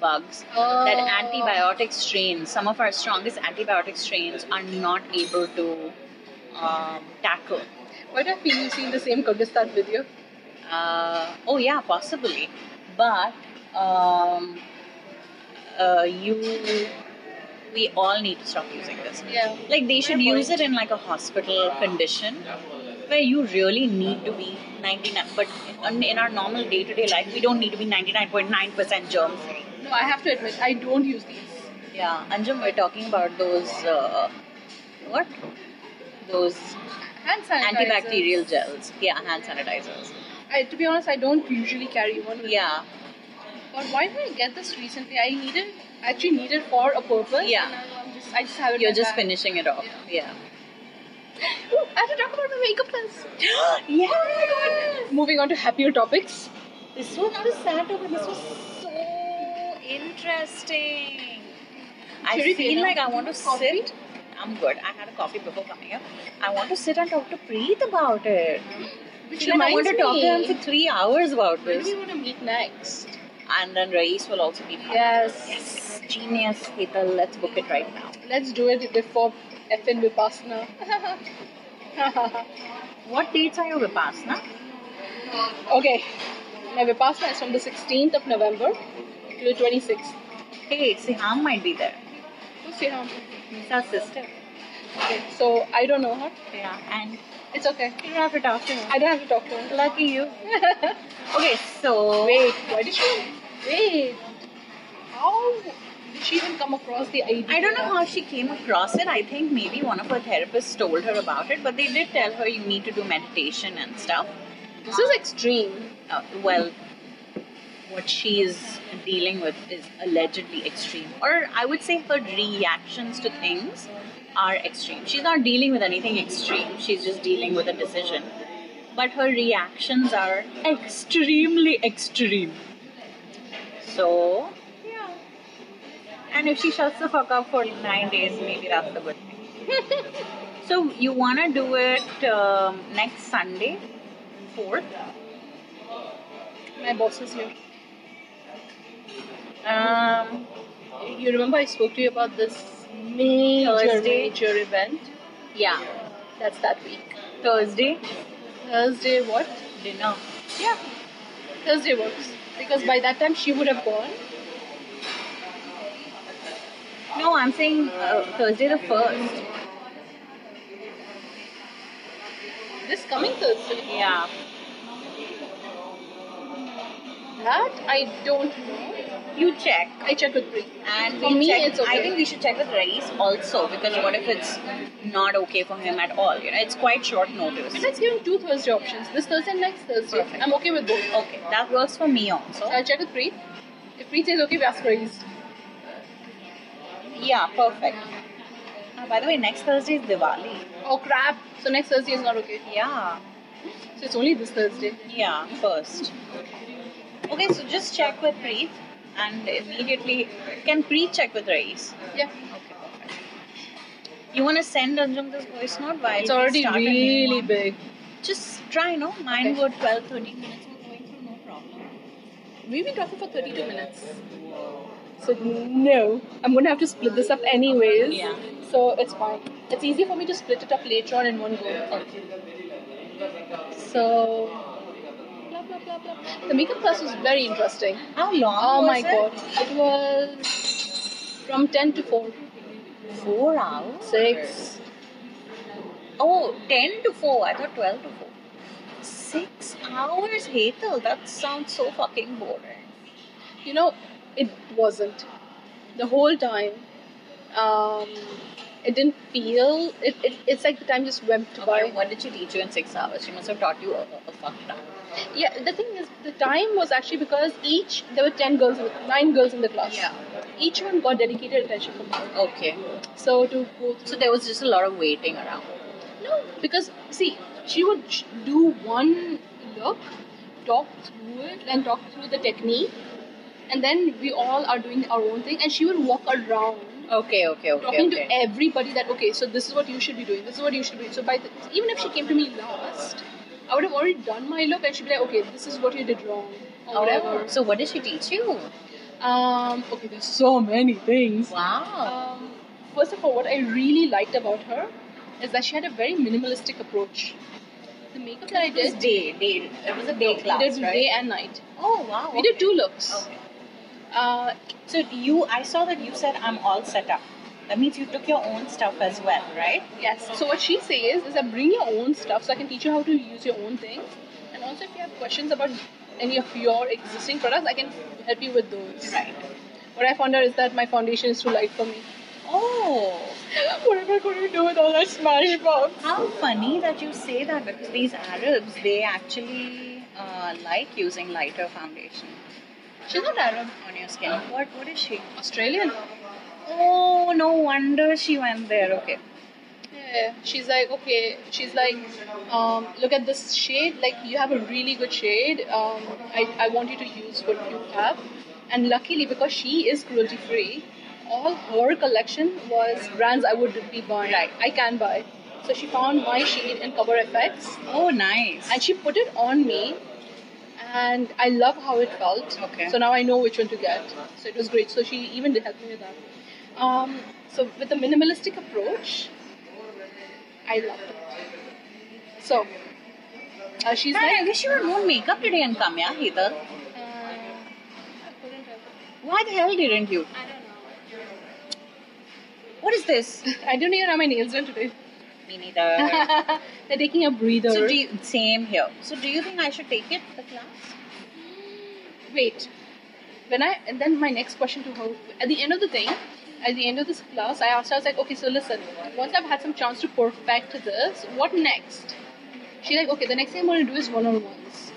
[SPEAKER 2] bugs. That
[SPEAKER 1] Oh.
[SPEAKER 2] antibiotic strains, some of our strongest antibiotic strains, are not able to um, tackle.
[SPEAKER 1] Why do I feel you've seen the same Kyrgyzstan video?
[SPEAKER 2] Uh, oh, yeah, possibly. But um, uh, you, we all need to stop using this.
[SPEAKER 1] Yeah.
[SPEAKER 2] Like they should
[SPEAKER 1] My
[SPEAKER 2] use it in like a hospital condition where you really need to be 99. But in, in our normal day to day life, we don't need to be 99.9% germ free.
[SPEAKER 1] No, I have to admit, I don't use these.
[SPEAKER 2] Yeah, Anjum, we're talking about those uh, what? Those
[SPEAKER 1] Hand sanitizer.
[SPEAKER 2] antibacterial gels. Yeah, hand sanitizers.
[SPEAKER 1] I, to be honest, I don't usually carry one. With
[SPEAKER 2] Yeah,
[SPEAKER 1] But why did I get this recently? I needed, actually needed for a purpose.
[SPEAKER 2] Yeah.
[SPEAKER 1] And now I'm just, I just have it. in
[SPEAKER 2] you're
[SPEAKER 1] my
[SPEAKER 2] just
[SPEAKER 1] bag.
[SPEAKER 2] finishing it off. Yeah.
[SPEAKER 1] Ooh, I have to talk about my makeup plans. Oh
[SPEAKER 2] Yeah.
[SPEAKER 1] Moving on to happier topics.
[SPEAKER 2] This was not a sad topic. This was so interesting. I
[SPEAKER 1] Shuri,
[SPEAKER 2] feel
[SPEAKER 1] Dana,
[SPEAKER 2] like I want to
[SPEAKER 1] coffee?
[SPEAKER 2] sit. I'm good. I had a coffee before coming up. I want to sit and talk to Preet about it.
[SPEAKER 1] Which
[SPEAKER 2] Feel like I want
[SPEAKER 1] reminds
[SPEAKER 2] to talk
[SPEAKER 1] me-
[SPEAKER 2] to him for three hours about
[SPEAKER 1] When do
[SPEAKER 2] this.
[SPEAKER 1] we want to meet next?
[SPEAKER 2] And then Rais will also be part.
[SPEAKER 1] Yes.
[SPEAKER 2] Yes. Genius, Hetal. Let's book it right now.
[SPEAKER 1] Let's do it before FN Vipassana.
[SPEAKER 2] What dates are your Vipassana?
[SPEAKER 1] okay. My Vipassana is from the 16th of November to the 26th.
[SPEAKER 2] Hey, Siham might be there.
[SPEAKER 1] We'll see how.
[SPEAKER 2] She's our sister.
[SPEAKER 1] Okay. So I don't know her.
[SPEAKER 2] Yeah. And
[SPEAKER 1] It's okay.
[SPEAKER 2] you'll have to talk to her.
[SPEAKER 1] I don't have to talk to her.
[SPEAKER 2] Lucky you. okay, so.
[SPEAKER 1] Wait, why did she? Wait. How did she even come across the idea?
[SPEAKER 2] I don't know how she came across it. I think maybe one of her therapists told her about it, but they did tell her you need to do meditation and stuff.
[SPEAKER 1] This is extreme.
[SPEAKER 2] Uh, well, what she is dealing with is allegedly extreme. Or I would say her reactions to things are extreme. She's not dealing with anything extreme, she's just dealing with a decision. But her reactions are extremely extreme. So, yeah. And if she shuts the fuck up for nine days, maybe that's the good thing. So, you want to do it um, next Sunday, 4th?
[SPEAKER 1] My boss is here.
[SPEAKER 2] Um,
[SPEAKER 1] You remember I spoke to you about this major,
[SPEAKER 2] Thursday.
[SPEAKER 1] major event?
[SPEAKER 2] yeah.
[SPEAKER 1] That's that week.
[SPEAKER 2] Thursday
[SPEAKER 1] Thursday, what?
[SPEAKER 2] dinner.
[SPEAKER 1] Yeah. Thursday works. Because by that time she would have gone.
[SPEAKER 2] No, I'm saying uh, Thursday the first.
[SPEAKER 1] This coming Thursday.
[SPEAKER 2] Yeah.
[SPEAKER 1] That I don't know.
[SPEAKER 2] You check.
[SPEAKER 1] I check with Bree.
[SPEAKER 2] And
[SPEAKER 1] For
[SPEAKER 2] we'll
[SPEAKER 1] me,
[SPEAKER 2] check.
[SPEAKER 1] it's okay.
[SPEAKER 2] I think we should check with Rais also because what if it's not okay for him at all? You know, it's quite short notice.
[SPEAKER 1] But let's give him two Thursday options. This Thursday and next Thursday.
[SPEAKER 2] Perfect.
[SPEAKER 1] I'm okay with both.
[SPEAKER 2] Okay, that works for me also.
[SPEAKER 1] I'll check with Preet. If Preet says okay, we ask for East.
[SPEAKER 2] Yeah, perfect. Uh, by the way, next Thursday is Diwali.
[SPEAKER 1] Oh crap! So next Thursday is not okay.
[SPEAKER 2] Yeah.
[SPEAKER 1] So it's only this Thursday.
[SPEAKER 2] Yeah, first. Okay, so just check with Preet and immediately. Can Preet check with Rais?
[SPEAKER 1] Yeah.
[SPEAKER 2] You want to send Anjum this voice note while
[SPEAKER 1] It's
[SPEAKER 2] we
[SPEAKER 1] already
[SPEAKER 2] start a new
[SPEAKER 1] really
[SPEAKER 2] one?
[SPEAKER 1] big.
[SPEAKER 2] Just try, no? Mine
[SPEAKER 1] Okay.
[SPEAKER 2] were 12, 13 minutes. We're going through no problem.
[SPEAKER 1] We've been talking for 32 minutes. So no, I'm gonna have to split this up anyways.
[SPEAKER 2] Yeah.
[SPEAKER 1] So it's fine. It's easy for me to split it up later on in one go. So. Blah, blah, blah, blah. The makeup class was very interesting.
[SPEAKER 2] How long?
[SPEAKER 1] Oh
[SPEAKER 2] was
[SPEAKER 1] my
[SPEAKER 2] it?
[SPEAKER 1] god. It was from 10 to 4.
[SPEAKER 2] Four hours?
[SPEAKER 1] 6.
[SPEAKER 2] Oh, 10 to 4. I thought 12 to 4. Six hours, Hetal. That sounds so fucking boring.
[SPEAKER 1] You know, it wasn't. The whole time, um, it didn't feel. It, it, it's like the time just went
[SPEAKER 2] Okay,
[SPEAKER 1] by.
[SPEAKER 2] what did she teach you in six hours? She must have taught you a, a fuck ton.
[SPEAKER 1] Yeah, the thing is, the time was actually because each there were ten girls, nine girls in the class.
[SPEAKER 2] Yeah.
[SPEAKER 1] Each one got dedicated attention from her.
[SPEAKER 2] Okay.
[SPEAKER 1] So to go
[SPEAKER 2] So there was just a lot of waiting around.
[SPEAKER 1] No, because see, she would sh- do one look, talk through it, then talk through the technique, and then we all are doing our own thing, and she would walk around.
[SPEAKER 2] Okay, okay, okay.
[SPEAKER 1] Talking
[SPEAKER 2] okay.
[SPEAKER 1] to everybody that okay, so this is what you should be doing. This is what you should be. doing. So by the, even if she came to me last, I would have already done my look, and she'd be like, okay, this is what you did wrong or
[SPEAKER 2] Oh,
[SPEAKER 1] whatever.
[SPEAKER 2] so what did she teach you?
[SPEAKER 1] Um, okay, there's so many things.
[SPEAKER 2] Wow.
[SPEAKER 1] Um, first of all, what I really liked about her is that she had a very minimalistic approach. The makeup that I
[SPEAKER 2] It was
[SPEAKER 1] did,
[SPEAKER 2] day, day. It was a day class,
[SPEAKER 1] we did
[SPEAKER 2] right?
[SPEAKER 1] day and night.
[SPEAKER 2] Oh wow.
[SPEAKER 1] We did two looks.
[SPEAKER 2] Okay.
[SPEAKER 1] Uh,
[SPEAKER 2] So you, I saw that you said I'm all set up. That means you took your own stuff as well, right?
[SPEAKER 1] yes. So what she says is that bring your own stuff so I can teach you how to use your own things. And also, if you have questions about any of your existing products, I can help you with those.
[SPEAKER 2] Right.
[SPEAKER 1] What I found out is that my foundation is too light for me.
[SPEAKER 2] Oh,
[SPEAKER 1] what am I going to do with all that smash box?
[SPEAKER 2] how funny that you say that because these Arabs, they actually uh, like using lighter foundation. She's not Arab on your skin. What? What is she?
[SPEAKER 1] Australian.
[SPEAKER 2] Oh, no wonder she went there. Okay.
[SPEAKER 1] Yeah, she's like, okay, she's like, um, look at this shade. Like, you have a really good shade. Um, I, I want you to use what you have. And luckily, because she is cruelty free, all her collection was brands I would be buying.
[SPEAKER 2] Right.
[SPEAKER 1] I can buy. So she found my shade in Cover FX
[SPEAKER 2] Oh, nice.
[SPEAKER 1] and she put it on me. and I love how it felt.
[SPEAKER 2] Okay.
[SPEAKER 1] So now I know which one to get. So it was great. So she even did help me with that. Um, so with the minimalistic approach, I loved it. So uh, she's
[SPEAKER 2] Man, I
[SPEAKER 1] like,
[SPEAKER 2] wish you were more makeup today and come, yeah, Hetal.
[SPEAKER 1] uh, I couldn't have.
[SPEAKER 2] Why the hell didn't you?
[SPEAKER 1] I don't know.
[SPEAKER 2] What is this?
[SPEAKER 1] I don't even have my nails done today.
[SPEAKER 2] Me neither.
[SPEAKER 1] They're taking a breather.
[SPEAKER 2] so do you, same here. So do you think I should take it the class?
[SPEAKER 1] wait when i and then my next question to her at the end of the thing at the end of this class i asked her i was like okay so listen once i've had some chance to perfect this what next she's like okay the next thing i'm going to do is one-on-ones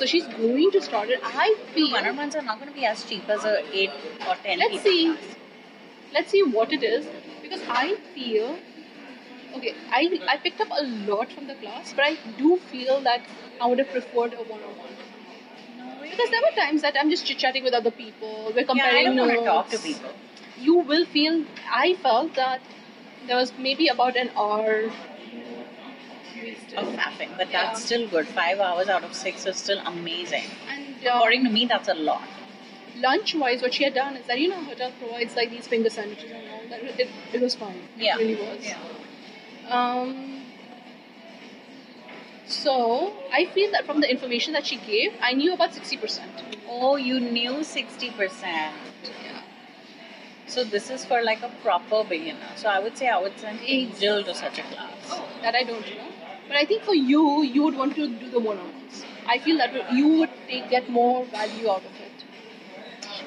[SPEAKER 1] so she's going to start it i feel
[SPEAKER 2] One on ones are not going to be as cheap as a eight or ten.
[SPEAKER 1] let's
[SPEAKER 2] people
[SPEAKER 1] see
[SPEAKER 2] class.
[SPEAKER 1] let's see what it is because i feel okay i i picked up a lot from the class but i do feel that i would have preferred a one-on-one
[SPEAKER 2] No way.
[SPEAKER 1] because there were times that i'm just chit-chatting with other people we're
[SPEAKER 2] yeah, I
[SPEAKER 1] comparing
[SPEAKER 2] don't want to
[SPEAKER 1] notes.
[SPEAKER 2] talk to people.
[SPEAKER 1] you will feel i felt that there was maybe about an hour
[SPEAKER 2] Of
[SPEAKER 1] wasted
[SPEAKER 2] fapping, but
[SPEAKER 1] Yeah.
[SPEAKER 2] that's still good. Five hours out of six is still amazing.
[SPEAKER 1] and uh,
[SPEAKER 2] According to me, that's a lot.
[SPEAKER 1] lunch wise what she had done is that you know hotel provides like these finger sandwiches and all that it, it was fine
[SPEAKER 2] Yeah.
[SPEAKER 1] it really was um so i feel that from the information that she gave i knew about 60%
[SPEAKER 2] Oh, you knew sixty percent.
[SPEAKER 1] yeah.
[SPEAKER 2] So this is for like a proper beginner. So I would say I would send Angel to such a class.
[SPEAKER 1] that i don't know but i think for you you would want to do the one-on-ones i feel that you would take, get more value out of it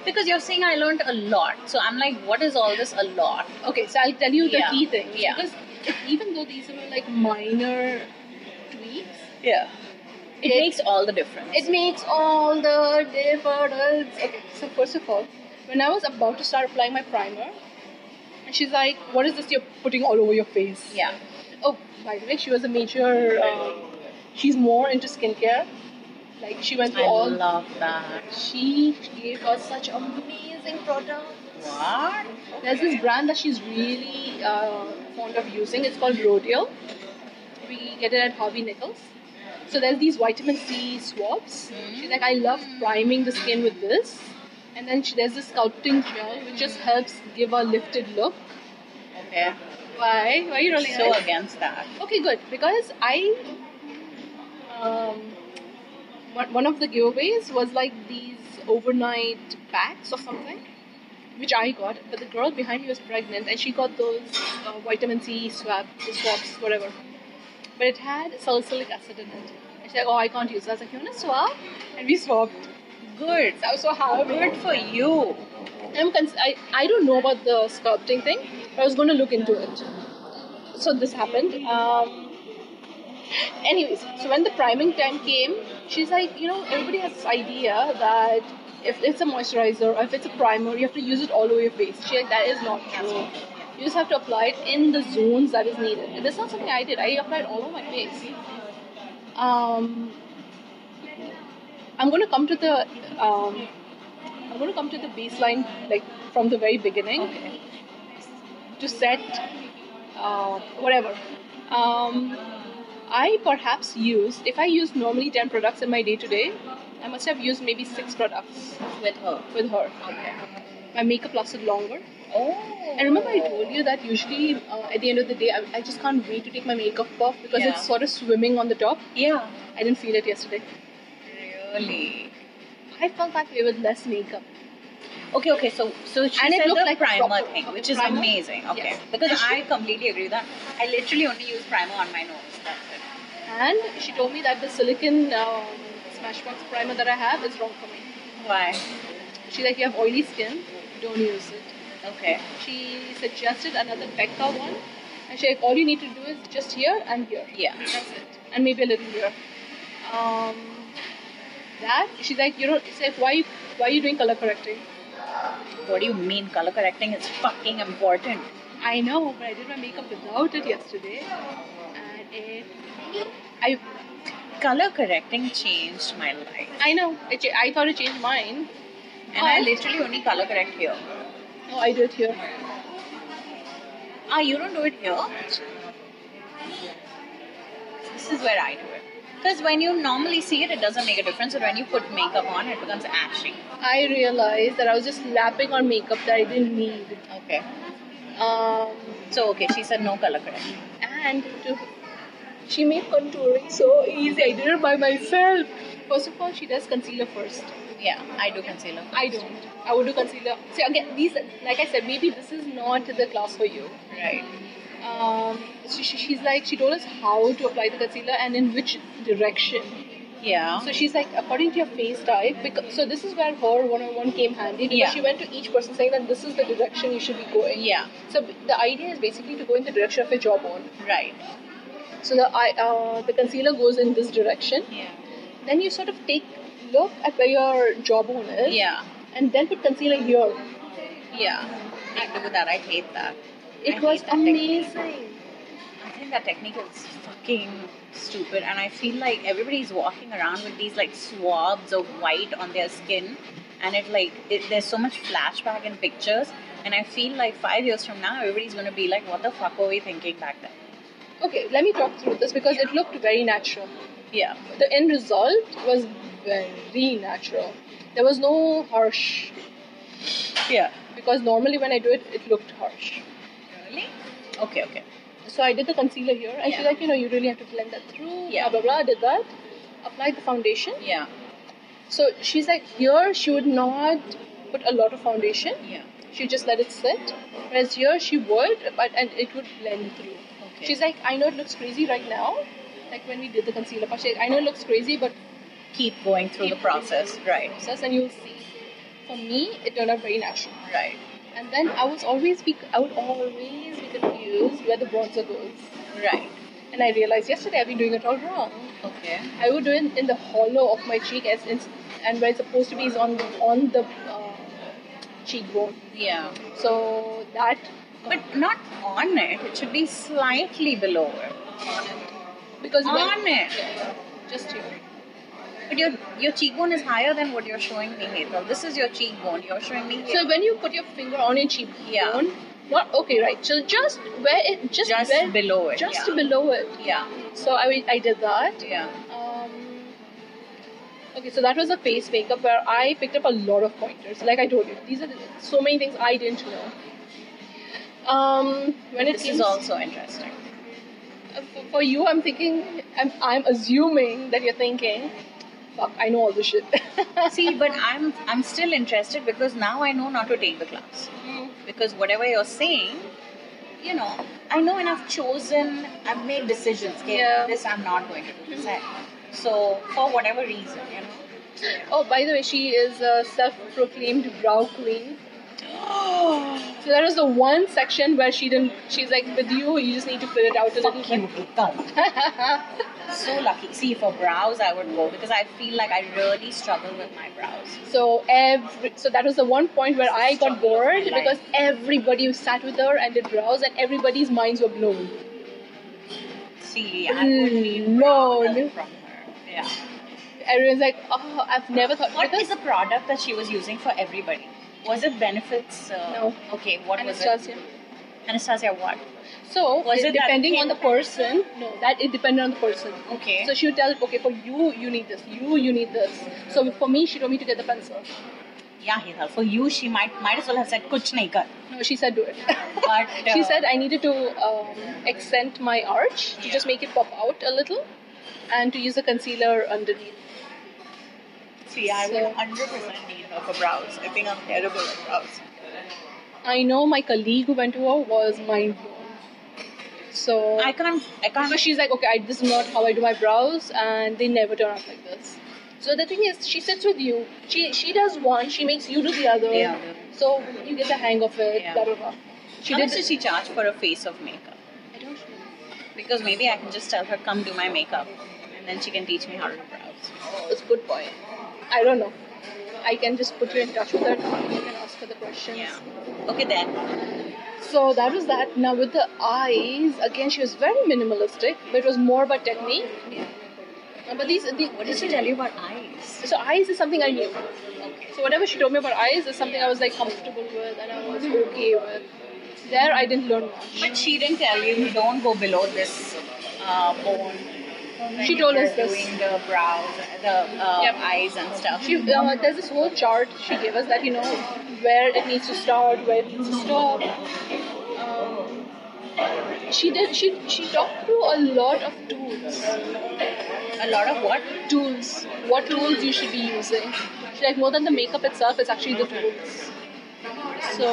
[SPEAKER 2] Because you're saying I learned a lot. So I'm like, what is all this a lot?
[SPEAKER 1] Okay, so I'll tell you the
[SPEAKER 2] Yeah.
[SPEAKER 1] key things
[SPEAKER 2] Yeah.
[SPEAKER 1] because it, even though these were like minor tweaks,
[SPEAKER 2] Yeah. It,
[SPEAKER 1] It-
[SPEAKER 2] makes all the difference.
[SPEAKER 1] it makes all the difference. Okay, so first of all, when I was about to start applying my primer, and she's like, "What is this you're putting all over your face?"
[SPEAKER 2] yeah.
[SPEAKER 1] Oh, by the way, she was a major. Um, she's more into skincare. Like she went through
[SPEAKER 2] I
[SPEAKER 1] all.
[SPEAKER 2] love that.
[SPEAKER 1] she gave us such amazing products.
[SPEAKER 2] What?
[SPEAKER 1] There's this brand that she's really uh, fond of using. It's called Rodeo. We get it at Harvey Nichols. So there's these vitamin C swabs. She's like, I love priming the skin with this. And then she, there's this sculpting gel which just helps give a lifted look.
[SPEAKER 2] Okay.
[SPEAKER 1] Why? Why are you rolling?
[SPEAKER 2] So
[SPEAKER 1] eyes?
[SPEAKER 2] against that.
[SPEAKER 1] Okay, good. Because I, um, one- one of the giveaways was like these overnight packs or something, which I got. But the girl behind me was pregnant, and she got those uh, vitamin C swab, swabs, whatever. But it had salicylic acid in it. And she's like, "Oh, I can't use." That. I was like, "You wanna swab?" And we swabbed.
[SPEAKER 2] Good.
[SPEAKER 1] I was so happy.
[SPEAKER 2] Good for you.
[SPEAKER 1] I'm cons- I, I don't know about the sculpting thing, but I was going to look into it. So this happened. Um, anyways, so when the priming time came, she's like, you know, everybody has this idea that if it's a moisturizer or if it's a primer, you have to use it all over your face. She's like, that is not true. You just have to apply it in the zones that is needed. And that's not something I did. I applied all over my face. Um, I'm going to come to the um, I'm going to come to the baseline like from the very beginning to set uh, whatever. Um, I perhaps used if I used normally ten products in my day to day, I must have used maybe six products
[SPEAKER 2] With her.
[SPEAKER 1] with her.
[SPEAKER 2] Okay.
[SPEAKER 1] My makeup lasted longer.
[SPEAKER 2] Oh.
[SPEAKER 1] And remember, I told you that usually uh, at the end of the day, I, I just can't wait to take my makeup off because
[SPEAKER 2] Yeah.
[SPEAKER 1] it's sort of swimming on the top.
[SPEAKER 2] Yeah.
[SPEAKER 1] I didn't feel it yesterday.
[SPEAKER 2] Really.
[SPEAKER 1] I felt that way with less makeup.
[SPEAKER 2] Okay, okay, so so she
[SPEAKER 1] And it
[SPEAKER 2] said
[SPEAKER 1] looked
[SPEAKER 2] the
[SPEAKER 1] like
[SPEAKER 2] primer
[SPEAKER 1] proper-
[SPEAKER 2] thing,
[SPEAKER 1] okay,
[SPEAKER 2] which is
[SPEAKER 1] primer.
[SPEAKER 2] amazing. Okay,
[SPEAKER 1] Yes.
[SPEAKER 2] because
[SPEAKER 1] And she-
[SPEAKER 2] I completely agree with that. I literally only use primer on my nose. That's it.
[SPEAKER 1] And she told me that the silicon um, Smashbox primer that I have is wrong for me.
[SPEAKER 2] Why?
[SPEAKER 1] She's like, you have oily skin, don't use it.
[SPEAKER 2] Okay.
[SPEAKER 1] She suggested another Becca one. And she's like, all you need to do is just here and here.
[SPEAKER 2] Yeah.
[SPEAKER 1] That's it. And maybe a little here. Um, that, she's like, you know, it's like, why, why are you doing color correcting?
[SPEAKER 2] What do you mean color correcting is fucking important?
[SPEAKER 1] I know, but I did my makeup without it yesterday. And it, I,
[SPEAKER 2] Color correcting changed my life,
[SPEAKER 1] I know, it, cha- I thought it changed mine.
[SPEAKER 2] and Oh, I
[SPEAKER 1] What?
[SPEAKER 2] literally only color correct here.
[SPEAKER 1] No, I did here.
[SPEAKER 2] Ah, you don't do it here. This is where I do it. Because when you normally see it, it doesn't make a difference. But when you put makeup on, it becomes ashy.
[SPEAKER 1] I realized that I was just lapping on makeup that I didn't need.
[SPEAKER 2] Okay.
[SPEAKER 1] Um,
[SPEAKER 2] So, okay, she said no color correction.
[SPEAKER 1] and to, she made contouring so easy. I did it by myself. First of all, she does concealer first.
[SPEAKER 2] Yeah, I do concealer.
[SPEAKER 1] I don't. I would do concealer. So again, these like I said, maybe this is not the class for you.
[SPEAKER 2] Right.
[SPEAKER 1] Um, she, she, she's like she told us how to apply the concealer and in which direction.
[SPEAKER 2] Yeah.
[SPEAKER 1] So she's like, according to your face type, because, so this is where her one-on-one came handy because
[SPEAKER 2] Yeah.
[SPEAKER 1] she went to each person saying that this is the direction you should be going.
[SPEAKER 2] yeah.
[SPEAKER 1] So b- the idea is basically to go in the direction of your jawbone.
[SPEAKER 2] Right.
[SPEAKER 1] So the eye, uh, the concealer goes in this direction.
[SPEAKER 2] Yeah.
[SPEAKER 1] Then you sort of take look at where your jawbone is.
[SPEAKER 2] Yeah.
[SPEAKER 1] And then put concealer here.
[SPEAKER 2] Yeah. I do that. I hate that. I
[SPEAKER 1] It
[SPEAKER 2] hate
[SPEAKER 1] was
[SPEAKER 2] that
[SPEAKER 1] amazing.
[SPEAKER 2] I think that technique is fucking stupid, and I feel like everybody's walking around with these like swabs of white on their skin, and it like it, there's so much flashback in pictures, and I feel like five years from now everybody's gonna be like, what the fuck were we thinking back then?
[SPEAKER 1] Okay, let me talk through this because it looked very natural.
[SPEAKER 2] Yeah,
[SPEAKER 1] The end result was very natural. There was no harsh
[SPEAKER 2] yeah.
[SPEAKER 1] because normally when I do it, it looked harsh.
[SPEAKER 2] Really? Okay, okay.
[SPEAKER 1] So I did the concealer here, and she's
[SPEAKER 2] Yeah.
[SPEAKER 1] like, you know, you really have to blend that through.
[SPEAKER 2] Yeah.
[SPEAKER 1] Blah blah blah. I did that. Applied the foundation.
[SPEAKER 2] Yeah,
[SPEAKER 1] So she's like, here she would not put a lot of foundation.
[SPEAKER 2] yeah.
[SPEAKER 1] She just let it sit. Whereas here she would, but and it would blend through.
[SPEAKER 2] Okay.
[SPEAKER 1] She's like, I know it looks crazy right now. Like when we did the concealer, part, she's like, I know it looks crazy, but
[SPEAKER 2] Keep going through
[SPEAKER 1] Keep
[SPEAKER 2] the process. Right,
[SPEAKER 1] process and you'll see. For me, it turned out very natural.
[SPEAKER 2] right,
[SPEAKER 1] And then I was always be, I would always be confused where the bronzer goes.
[SPEAKER 2] right.
[SPEAKER 1] And I realized yesterday I've been doing it all wrong.
[SPEAKER 2] Okay.
[SPEAKER 1] I would do it in the hollow of my cheek as in, and where it's supposed to be is on the on the uh, cheekbone.
[SPEAKER 2] Yeah.
[SPEAKER 1] So that
[SPEAKER 2] But not on it. It should be slightly below it.
[SPEAKER 1] because when-
[SPEAKER 2] On it.
[SPEAKER 1] just here.
[SPEAKER 2] But your your cheekbone is higher than what you're showing me, Hetal. This is your cheekbone. You're showing me
[SPEAKER 1] So when you put your finger on your cheekbone,
[SPEAKER 2] Yeah.
[SPEAKER 1] what okay, right? So just where it just,
[SPEAKER 2] just
[SPEAKER 1] where,
[SPEAKER 2] below it.
[SPEAKER 1] just
[SPEAKER 2] yeah.
[SPEAKER 1] below it.
[SPEAKER 2] yeah,
[SPEAKER 1] So I I did that.
[SPEAKER 2] yeah,
[SPEAKER 1] Um, okay, so that was a face makeup where I picked up a lot of pointers. Like I told you, these are the, so many things I didn't know. Um, when it
[SPEAKER 2] This
[SPEAKER 1] came uh,
[SPEAKER 2] is also interesting.
[SPEAKER 1] For- for you, I'm thinking, I'm, I'm assuming that you're thinking, fuck, I know all this shit.
[SPEAKER 2] See, but I'm I'm still interested because now I know not to take the class because whatever you're saying, you know, I know and I've chosen. I've made decisions. Okay,
[SPEAKER 1] Yeah.
[SPEAKER 2] this I'm not going to do. This. I- So for whatever reason, you know.
[SPEAKER 1] oh, by the way, she is a self proclaimed brow queen. So that was the one section where she didn't, she's like, with you, you just need to fill it out a little
[SPEAKER 2] Fuck you,
[SPEAKER 1] bit.
[SPEAKER 2] so lucky. See, for brows, I would go because I feel like I really struggle with my brows.
[SPEAKER 1] So every, so that was the one point where I got
[SPEAKER 2] Struggle of my
[SPEAKER 1] bored
[SPEAKER 2] life.
[SPEAKER 1] because everybody sat with her and did brows and everybody's minds were blown.
[SPEAKER 2] See, I would need
[SPEAKER 1] Blown.
[SPEAKER 2] brown help from her. Yeah.
[SPEAKER 1] Everyone's like, oh, I've never thought
[SPEAKER 2] What
[SPEAKER 1] because
[SPEAKER 2] is the product that she was using for everybody? Was it benefits? Uh,
[SPEAKER 1] No.
[SPEAKER 2] Okay. What was
[SPEAKER 1] Anastasia.
[SPEAKER 2] it? Anastasia. What?
[SPEAKER 1] So
[SPEAKER 2] Was
[SPEAKER 1] it
[SPEAKER 2] it that
[SPEAKER 1] depending
[SPEAKER 2] thin
[SPEAKER 1] on the person, no, that it depended on the person.
[SPEAKER 2] Okay.
[SPEAKER 1] So she would tell, okay, for you, you need this. You, you need this. So for me, she told me to get the pencil.
[SPEAKER 2] yeah, Hital. For you, she might might as well have said kuch nahi kar.
[SPEAKER 1] No, she said do it.
[SPEAKER 2] But
[SPEAKER 1] she
[SPEAKER 2] uh,
[SPEAKER 1] said I needed to um, accent my arch to just
[SPEAKER 2] Yeah.
[SPEAKER 1] make it pop out a little, and to use a concealer underneath.
[SPEAKER 2] See, I
[SPEAKER 1] So-
[SPEAKER 2] would hundred percent need her for brows. I think I'm terrible at brows.
[SPEAKER 1] I know my colleague who went to her was mind blown. So
[SPEAKER 2] I can't. I
[SPEAKER 1] Because
[SPEAKER 2] can't.
[SPEAKER 1] she's like, okay, I, this is not how I do my brows, and they never turn out like this. So the thing is, she sits with you. She she does one, she makes you do the other.
[SPEAKER 2] Yeah.
[SPEAKER 1] So you get the hang of it.
[SPEAKER 2] Yeah.
[SPEAKER 1] Blah blah blah. She
[SPEAKER 2] How
[SPEAKER 1] did.
[SPEAKER 2] much does she charge for a face of makeup?
[SPEAKER 1] I don't know.
[SPEAKER 2] Because maybe I can just tell her, come do my makeup, and then she can teach me how to do brows.
[SPEAKER 1] It's a good point. I don't know. I can just put you in touch with her. You can ask her the questions.
[SPEAKER 2] Yeah. Okay then.
[SPEAKER 1] So that was that. Now with the eyes, again, she was very minimalistic, but it was more about technique.
[SPEAKER 2] Yeah.
[SPEAKER 1] But these, the,
[SPEAKER 2] What did she tell you about eyes?
[SPEAKER 1] So eyes is something I knew.
[SPEAKER 2] Okay.
[SPEAKER 1] So whatever she told me about eyes is something I was like comfortable with and I was okay with. There I didn't learn much.
[SPEAKER 2] But she didn't tell you, don't go below this uh, bone. when
[SPEAKER 1] She told
[SPEAKER 2] you're
[SPEAKER 1] us this.
[SPEAKER 2] Doing the brows, the uh,
[SPEAKER 1] Yep.
[SPEAKER 2] eyes and stuff.
[SPEAKER 1] She, uh, there's this whole chart she gave us that you know where it needs to start, where it needs to stop. Um, she did. She she talked through a lot of tools.
[SPEAKER 2] a lot of what?
[SPEAKER 1] Tools. What tools you should be using. She like more than the makeup itself, it's actually the tools. So,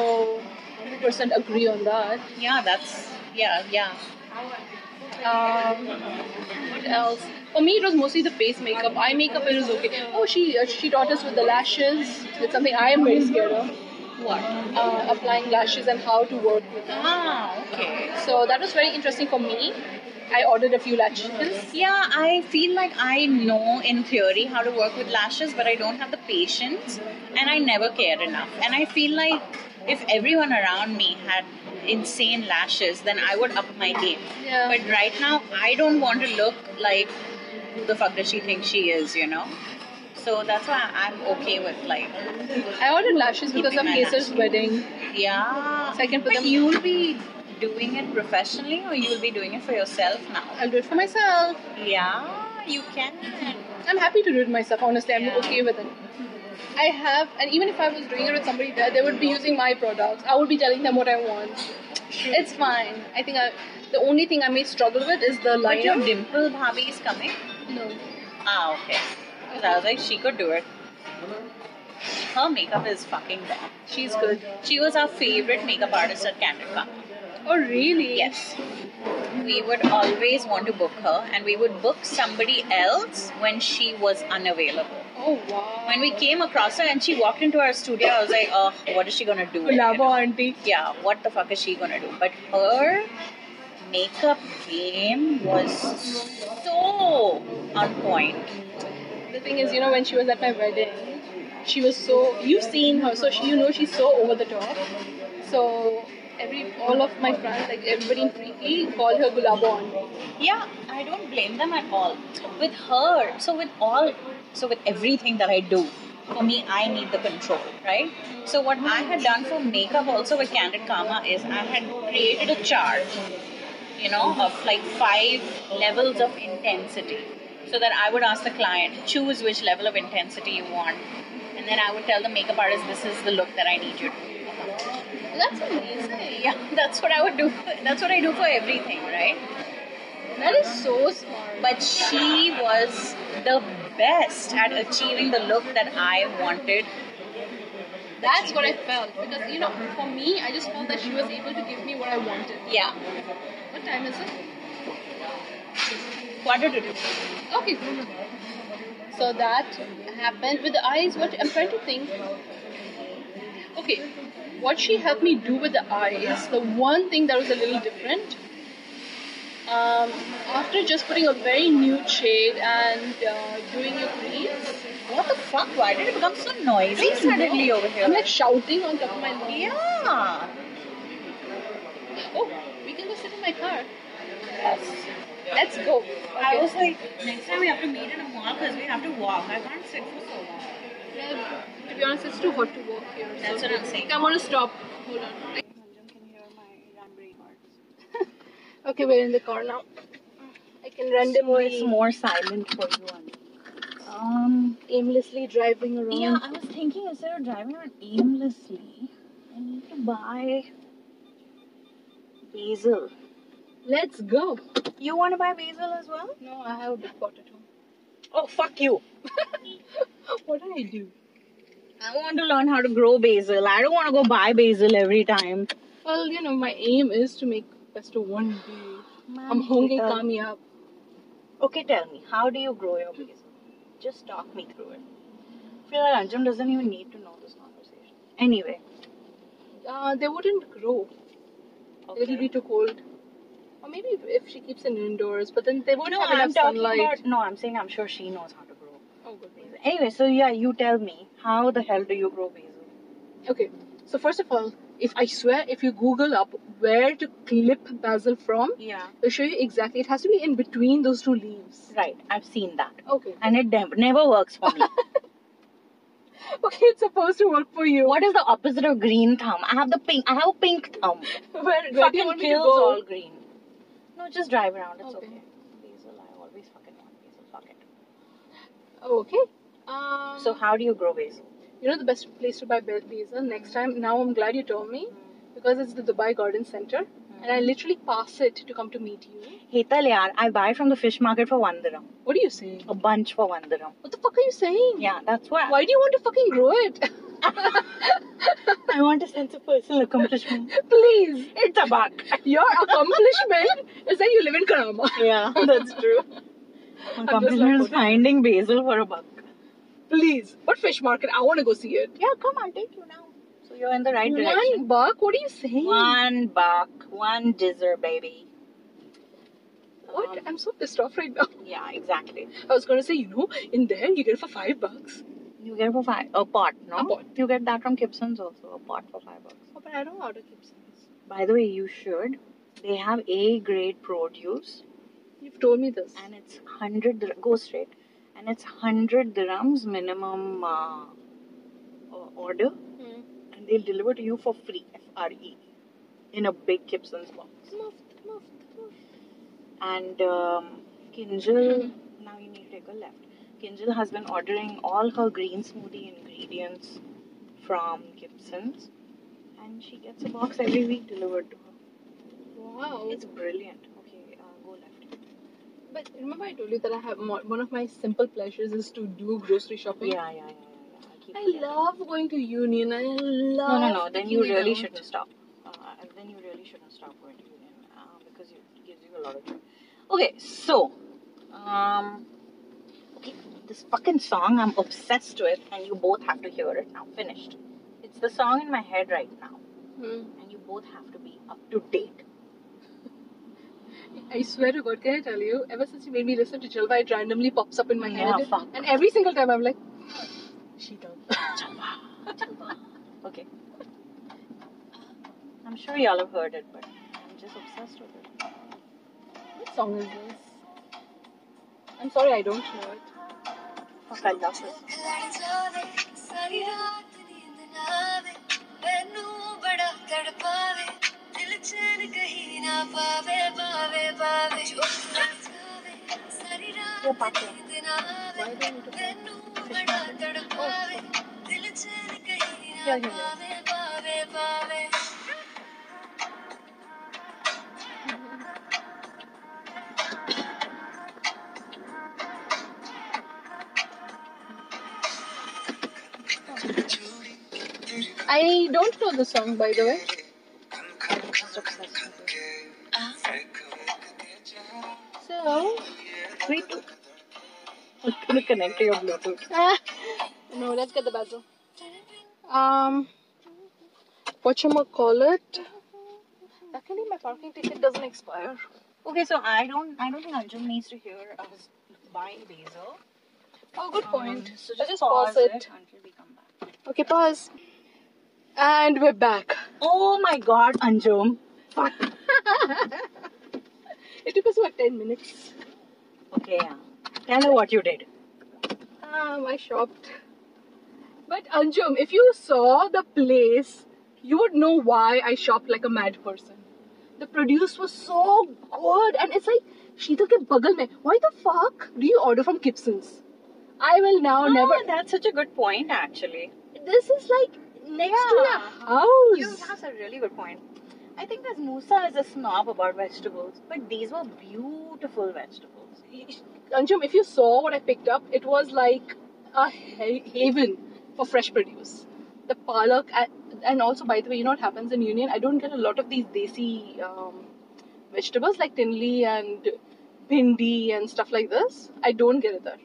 [SPEAKER 1] 100% agree on that.
[SPEAKER 2] Yeah, that's yeah, yeah.
[SPEAKER 1] Um, what else? For me, it was mostly the face makeup. Eye makeup, it was okay. Oh, she uh, she taught us with the lashes. It's something I am very scared of.
[SPEAKER 2] What?
[SPEAKER 1] uh, applying lashes and how to work with them.
[SPEAKER 2] Ah, okay.
[SPEAKER 1] So that was very interesting for me. I ordered a few lashes.
[SPEAKER 2] Yeah, I feel like I know in theory how to work with lashes, but I don't have the patience and I never care enough. And I feel like if everyone around me had insane lashes, then I would up my game.
[SPEAKER 1] Yeah.
[SPEAKER 2] But right now, I don't want to look like who the fuck does she think she is, you know? So that's why I'm okay with like,
[SPEAKER 1] I ordered lashes because of Kesar's wedding.
[SPEAKER 2] yeah.
[SPEAKER 1] So I can put
[SPEAKER 2] but
[SPEAKER 1] them-
[SPEAKER 2] you'll be doing it professionally or you'll be doing it for yourself now?
[SPEAKER 1] I'll do it for myself.
[SPEAKER 2] Yeah, you can.
[SPEAKER 1] I'm happy to do it myself, honestly. I'm
[SPEAKER 2] Yeah.
[SPEAKER 1] okay with it. I have, and even if I was doing it with somebody there, they would be using my products. I would be telling them what I want. It's fine. I think I, the only thing I may struggle with is the
[SPEAKER 2] But your
[SPEAKER 1] liner.
[SPEAKER 2] dimple bhabhi is coming.
[SPEAKER 1] No.
[SPEAKER 2] Ah, okay. 'Cause I was like, she could do it. Her makeup is fucking bomb.
[SPEAKER 1] She's good.
[SPEAKER 2] She was our favorite makeup artist at CandidCon.
[SPEAKER 1] Oh, really?
[SPEAKER 2] Yes. We would always want to book her, and we would book somebody else when she was unavailable.
[SPEAKER 1] Oh, wow.
[SPEAKER 2] When we came across her and she walked into our studio, I was like, oh, what is she gonna do? You
[SPEAKER 1] Kulaba
[SPEAKER 2] know?
[SPEAKER 1] auntie.
[SPEAKER 2] yeah, what the fuck is she gonna do? But her makeup game was so on point.
[SPEAKER 1] The thing is, you know, when she was at my wedding, she was so. You've seen her, so she, you know she's so over the top. So every all of my friends, like everybody in Preeti, call her Gulabon.
[SPEAKER 2] Yeah, I don't blame them at all. With her, so with all, so with everything that I do, for me, I need the control, right? So what I had done for makeup also with Candid Karma is I had created a chart, you know, of like five levels of intensity. So that I would ask the client, choose which level of intensity you want. And then I would tell the makeup artist, this is the look that I need you to do.
[SPEAKER 1] That's amazing.
[SPEAKER 2] Yeah, that's what I would do. That's what I do for everything, right?
[SPEAKER 1] That is so smart.
[SPEAKER 2] but she was the best at achieving the look that I wanted.
[SPEAKER 1] That's what I felt because you know, for me, I just felt that she was able to give me what I wanted.
[SPEAKER 2] Yeah,
[SPEAKER 1] What time is it?
[SPEAKER 2] quarter to two.
[SPEAKER 1] Okay, cool. So that happened with the eyes. What I'm trying to think. Okay, what she helped me do with the eyes, the one thing that was a little different. Um, after just putting a very nude shade and uh, doing your crease,
[SPEAKER 2] What the fuck? Why did it become so noisy
[SPEAKER 1] I don't
[SPEAKER 2] suddenly
[SPEAKER 1] know.
[SPEAKER 2] over here?
[SPEAKER 1] I'm like shouting on top of my lungs.
[SPEAKER 2] yeah.
[SPEAKER 1] Oh, we can go sit in my car.
[SPEAKER 2] Yes.
[SPEAKER 1] Let's go.
[SPEAKER 2] I
[SPEAKER 1] Okay.
[SPEAKER 2] was like, next time we have to meet in a mall because we have to walk. I can't sit for so long.
[SPEAKER 1] Yeah, to be honest, it's too hot to walk here.
[SPEAKER 2] That's
[SPEAKER 1] so
[SPEAKER 2] what I'm saying.
[SPEAKER 1] I'm gonna stop. Hold on. Okay, we're in the car now. I can randomly,
[SPEAKER 2] more silent for you. Um.
[SPEAKER 1] aimlessly driving around.
[SPEAKER 2] Yeah, I was thinking instead of driving around aimlessly, I need to buy basil.
[SPEAKER 1] Let's go.
[SPEAKER 2] You want to buy basil as well?
[SPEAKER 1] No, I have a big pot at home.
[SPEAKER 2] Oh, fuck you.
[SPEAKER 1] What do I do?
[SPEAKER 2] I want to learn how to grow basil. I don't want to go buy basil every time.
[SPEAKER 1] Well, you know, my aim is to make pesto one day. I'm hungry, kami up.
[SPEAKER 2] Okay, tell me, how do you grow your basil? Just talk me through it. I feel like Anjum doesn't even need to know this conversation. Anyway.
[SPEAKER 1] Uh, they wouldn't grow. It'll be too cold. Or maybe if- if she keeps it indoors, but then they won't
[SPEAKER 2] No,
[SPEAKER 1] have
[SPEAKER 2] I'm
[SPEAKER 1] enough
[SPEAKER 2] talking
[SPEAKER 1] sunlight.
[SPEAKER 2] about. No, I'm saying I'm sure she knows how to grow.
[SPEAKER 1] Oh, goodness.
[SPEAKER 2] Anyway, so yeah, you tell me, how the hell do you grow basil?
[SPEAKER 1] Okay, so first of all, if I swear, if you Google up where to clip basil from,
[SPEAKER 2] Yeah.
[SPEAKER 1] it'll show you exactly. It has to be in between those two leaves.
[SPEAKER 2] Right, I've seen that.
[SPEAKER 1] Okay.
[SPEAKER 2] And it nev- never works for me.
[SPEAKER 1] Okay, it's supposed to work for you.
[SPEAKER 2] what is the opposite of green thumb? I have the pink. I have a pink thumb.
[SPEAKER 1] Where, where do you
[SPEAKER 2] fucking
[SPEAKER 1] want me to
[SPEAKER 2] kills
[SPEAKER 1] go?
[SPEAKER 2] all green. No, just drive around. It's okay.
[SPEAKER 1] Okay.
[SPEAKER 2] Basil, I always fucking want.
[SPEAKER 1] Oh, okay. Um,
[SPEAKER 2] So how do you grow basil?
[SPEAKER 1] you know the best place to buy ba- basil next time. Now I'm glad you told me because it's the Dubai Garden Center, and I literally pass it to come to meet you.
[SPEAKER 2] Hital yaar, I buy from the fish market for one dirham.
[SPEAKER 1] What are you saying?
[SPEAKER 2] A bunch for one dirham.
[SPEAKER 1] What the fuck are you saying?
[SPEAKER 2] Yeah, that's why
[SPEAKER 1] Why do you want to fucking grow it?
[SPEAKER 2] I want a sense of personal accomplishment.
[SPEAKER 1] Please.
[SPEAKER 2] It's a buck.
[SPEAKER 1] Your accomplishment is that you live in Karama.
[SPEAKER 2] Yeah, that's true. My accomplishment is
[SPEAKER 1] what-
[SPEAKER 2] finding basil for a buck.
[SPEAKER 1] Please. What fish market? I want to go see it.
[SPEAKER 2] Yeah, come, I'll take you now. So you're in the right direction.
[SPEAKER 1] One buck? What are you saying?
[SPEAKER 2] One buck, one dessert, baby. Um,
[SPEAKER 1] What? I'm so pissed off right now.
[SPEAKER 2] Yeah, exactly.
[SPEAKER 1] I was going to say, you know, in there you get it for five bucks.
[SPEAKER 2] You get for five a pot, no?
[SPEAKER 1] A pot.
[SPEAKER 2] You get that from Gibson's also, a pot for five bucks.
[SPEAKER 1] Oh, but I don't order Gibson's.
[SPEAKER 2] By the way, you should. They have A grade produce
[SPEAKER 1] You've told me this.
[SPEAKER 2] and it's 100 dir- go straight and it's 100 dirhams minimum uh, o- order
[SPEAKER 1] Hmm.
[SPEAKER 2] and they'll deliver to you for free F R E in a big Gibson's box.
[SPEAKER 1] Muffed, muffed, muffed.
[SPEAKER 2] and um, Kinjal.
[SPEAKER 1] Hmm.
[SPEAKER 2] Now you need to take a left. Kinjal has been ordering all her green smoothie ingredients from Gibson's, and she gets a box every week delivered to her.
[SPEAKER 1] Wow.
[SPEAKER 2] It's brilliant. Okay, uh, go left.
[SPEAKER 1] but remember I told you that I have mo- one of my simple pleasures is to do grocery shopping.
[SPEAKER 2] Yeah, yeah, yeah, yeah. yeah. I, keep
[SPEAKER 1] I
[SPEAKER 2] forgetting.
[SPEAKER 1] love going to Union. I
[SPEAKER 2] No,
[SPEAKER 1] love.
[SPEAKER 2] no, no. Then you
[SPEAKER 1] picking it
[SPEAKER 2] really
[SPEAKER 1] out.
[SPEAKER 2] shouldn't stop. Uh, then you really shouldn't stop going to Union uh, because it gives you a lot of time. Okay, so, um, okay, this fucking song I'm obsessed with, and you both have to hear it now. Finished. It's the song in my head right now,
[SPEAKER 1] Hmm.
[SPEAKER 2] and you both have to be up to date.
[SPEAKER 1] I swear to God, can I tell you? Ever since you made me listen to Jalva, it randomly pops up in my
[SPEAKER 2] Yeah,
[SPEAKER 1] head,
[SPEAKER 2] fuck.
[SPEAKER 1] and every single time I'm like, she does.
[SPEAKER 2] Okay. I'm sure y'all have heard it, but I'm just obsessed with it.
[SPEAKER 1] what song is this? I'm sorry, I don't know it.
[SPEAKER 2] Fuck, I love this.
[SPEAKER 3] ਲੜਜਾਵੇ ਸਾਰੀ ਰਾਤ ਨੀਂਦ ਨਾ ਆਵੇ ਮੈਨੂੰ ਬੜਾ ਤੜਪਾਵੇ ਦਿਲ ਚੈਨ ਕਹੀਂ ਨਾ ਪਾਵੇ ਪਾਵੇ ਪਾਵੇ ਜੋ ਲੜਜਾਵੇ ਸਾਰੀ ਰਾਤ ਨੀਂਦ ਨਾ ਆਵੇ ਮੈਨੂੰ ਬੜਾ ਤੜਪਾਵੇ ਦਿਲ ਚੈਨ ਕਹੀਂ ਨਾ ਪਾਵੇ ਪਾਵੇ ਪਾਵੇ
[SPEAKER 1] I don't know the song, by the way.
[SPEAKER 2] Just obsessed with it.
[SPEAKER 1] So,
[SPEAKER 2] Three, two. I'm gonna connect to your Bluetooth.
[SPEAKER 1] ah, no, let's get the basil. Um, whatchamacallit? Luckily, my parking ticket doesn't expire.
[SPEAKER 2] Okay, so I don't, I don't think Arjun needs to hear us buying basil.
[SPEAKER 1] Oh, good point.
[SPEAKER 2] Um, so
[SPEAKER 1] I'll
[SPEAKER 2] just, pause, it. until we come back.
[SPEAKER 1] Okay, pause. And we're back.
[SPEAKER 2] Oh my God, Anjum. Fuck.
[SPEAKER 1] It took us what ten minutes.
[SPEAKER 2] Okay, yeah. Tell her what you did.
[SPEAKER 1] Um, I shopped. But Anjum, if you saw the place, you would know why I shopped like a mad person. The produce was so good, and it's like Sheetal ke bagal mein. Why the fuck do you order from Gibson's? I will now never.
[SPEAKER 2] Ah, That's such a good point, actually.
[SPEAKER 1] This is like next to your
[SPEAKER 2] Yeah.
[SPEAKER 1] house.
[SPEAKER 2] You, that's a really good point. I think that Musa is a snob about vegetables, but these were beautiful vegetables.
[SPEAKER 1] Anjum, if you saw what I picked up, it was like a ha- haven for fresh produce. The palak, a- and also, by the way, you know what happens in Union? I don't get a lot of these desi um, vegetables like tinli and bhindi and stuff like this. I don't get it there.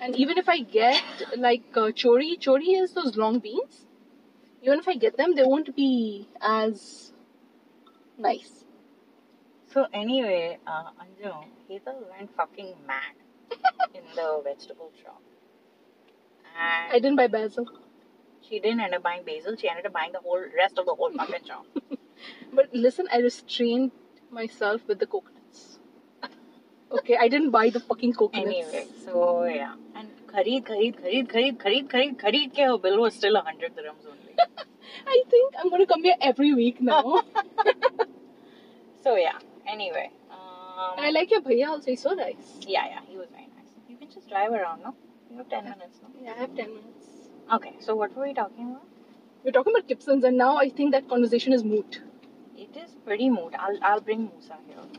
[SPEAKER 1] And even if I get like uh, chori, chori is those long beans. Even if I get them, they won't be as nice.
[SPEAKER 2] So anyway, uh, Anju, Hetal went fucking mad in the vegetable shop, and
[SPEAKER 1] I didn't buy basil.
[SPEAKER 2] she didn't end up buying basil. She ended up buying the whole rest of the whole fucking shop.
[SPEAKER 1] But listen, I restrained myself with the coconuts. Okay, I didn't buy the fucking coconuts.
[SPEAKER 2] Anyway, so yeah, and kharid, kharid, kharid, kharid, kharid, kharid, kharid. Ke her bill was still a hundred dirhams only.
[SPEAKER 1] I think I'm gonna come here every week now.
[SPEAKER 2] so yeah. Anyway, um,
[SPEAKER 1] I like your bhaiya also, he's so nice.
[SPEAKER 2] yeah, yeah, he was very nice. You can just drive around, no? You have 10 minutes, no?
[SPEAKER 1] Yeah, I have 10 minutes.
[SPEAKER 2] Okay, so what were we talking about?
[SPEAKER 1] We're talking about Gibsons, and now I think that conversation is moot.
[SPEAKER 2] It is pretty moot. I'll, I'll bring Musa here.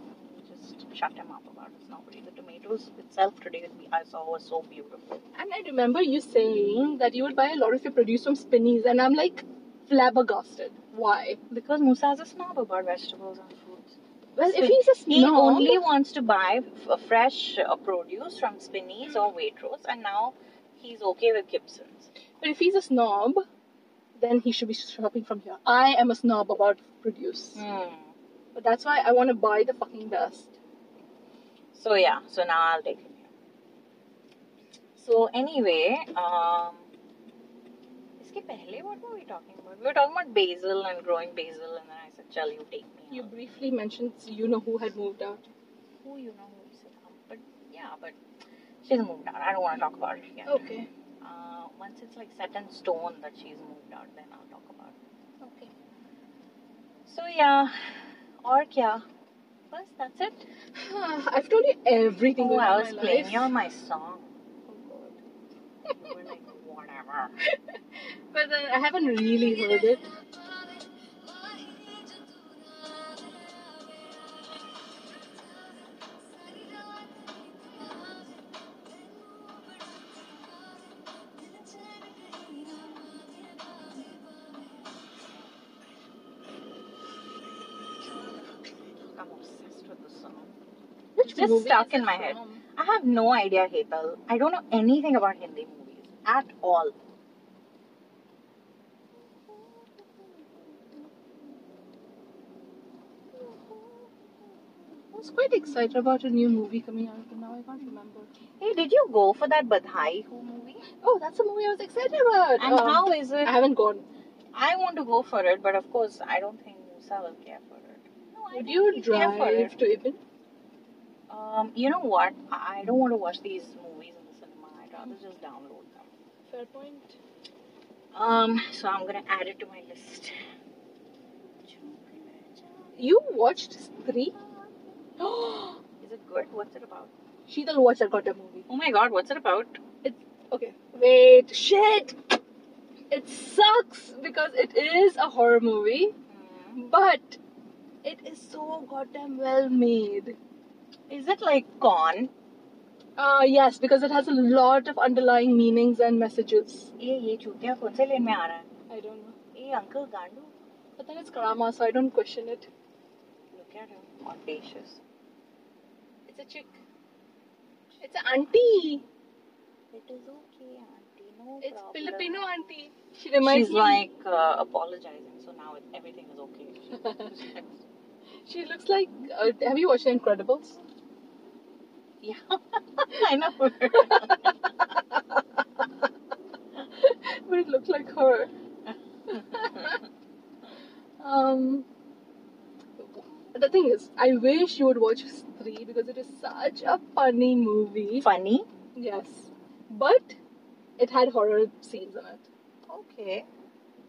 [SPEAKER 2] Just shut him up about it. Nobody. The tomatoes itself today that we- I saw was so beautiful.
[SPEAKER 1] And I remember you saying that you would buy a lot of your produce from Spinneys, and I'm like flabbergasted. Why?
[SPEAKER 2] Because Musa is a snob about vegetables and fruits.
[SPEAKER 1] Well, if
[SPEAKER 2] Spin-
[SPEAKER 1] he's a snob,
[SPEAKER 2] He only wants to buy f- fresh uh, produce from Spinneys or Waitrose, and now he's okay with Gibson's.
[SPEAKER 1] but if he's a snob, then he should be shopping from here. I am a snob about produce, but that's why I want to buy the fucking best.
[SPEAKER 2] So yeah, so now I'll take him here. So anyway, um, इसके पहले what were we talking about? We were talking about basil and growing basil, and then I said, "Chal, you take me."
[SPEAKER 1] You briefly mentioned you know who had moved out.
[SPEAKER 2] who you know who is it? Um, but yeah, but she's moved out. I don't want to talk about it again.
[SPEAKER 1] Okay.
[SPEAKER 2] Uh, once it's like set in stone that she's moved out, then I'll talk about it.
[SPEAKER 1] Okay.
[SPEAKER 2] So yeah, or kya? First, that's it.
[SPEAKER 1] I've told you everything.
[SPEAKER 2] Oh,
[SPEAKER 1] going on in
[SPEAKER 2] I was
[SPEAKER 1] my
[SPEAKER 2] playing
[SPEAKER 1] life.
[SPEAKER 2] you my Oh, song. You were like, whatever.
[SPEAKER 1] But then I haven't really heard it.
[SPEAKER 2] I'm obsessed with this song.
[SPEAKER 1] Which
[SPEAKER 2] Just
[SPEAKER 1] movie
[SPEAKER 2] stuck
[SPEAKER 1] is it
[SPEAKER 2] in my head.
[SPEAKER 1] from?
[SPEAKER 2] I have no idea, Hetal. I don't know anything about Hindi movies at all.
[SPEAKER 1] I was quite excited about a new movie coming out, but now I can't remember.
[SPEAKER 2] Hey, did you go for that Badhai Ho movie?
[SPEAKER 1] Oh, that's the movie I was excited about.
[SPEAKER 2] And
[SPEAKER 1] Um,
[SPEAKER 2] how is it?
[SPEAKER 1] I haven't gone.
[SPEAKER 2] I want to go for it, but of course, I don't think Musa will care for it. No, I
[SPEAKER 1] Would
[SPEAKER 2] don't
[SPEAKER 1] you
[SPEAKER 2] think he'll care for
[SPEAKER 1] drive
[SPEAKER 2] it.
[SPEAKER 1] to Ibn?
[SPEAKER 2] Um, you know what? I I don't want to watch these movies in the cinema. I'd rather just download them.
[SPEAKER 1] Fair point.
[SPEAKER 2] Um, so I'm gonna add it to my list.
[SPEAKER 1] You watched Stree?
[SPEAKER 2] Is it good? What's it about?
[SPEAKER 1] Sheetal watched that goddamn movie.
[SPEAKER 2] Oh my god, what's it about?
[SPEAKER 1] Okay. Wait. Shit. It sucks because it is a horror movie,
[SPEAKER 2] Hmm.
[SPEAKER 1] but it is so goddamn well made.
[SPEAKER 2] Is it like con?
[SPEAKER 1] Uh, yes, because it has a lot of underlying meanings and messages.
[SPEAKER 2] ये ये चूतिया कौन से लेन में आ रहा है?
[SPEAKER 1] I don't know.
[SPEAKER 2] ये uncle गांडू?
[SPEAKER 1] But then it's Karama, so I don't question it.
[SPEAKER 2] Look at him, audacious.
[SPEAKER 1] It's a chick. It's an auntie.
[SPEAKER 2] It is okay, auntie. No
[SPEAKER 1] It's
[SPEAKER 2] problem.
[SPEAKER 1] Filipino auntie. She reminds
[SPEAKER 2] She's
[SPEAKER 1] me.
[SPEAKER 2] like uh, apologizing, so now it, everything is okay.
[SPEAKER 1] She looks like. Uh, have you watched The Incredibles?
[SPEAKER 2] yeah, I know.
[SPEAKER 1] but it looks like her. um, the thing is, I wish you would watch Three because it is such a funny movie.
[SPEAKER 2] Funny.
[SPEAKER 1] Yes, but it had horror scenes in it.
[SPEAKER 2] Okay.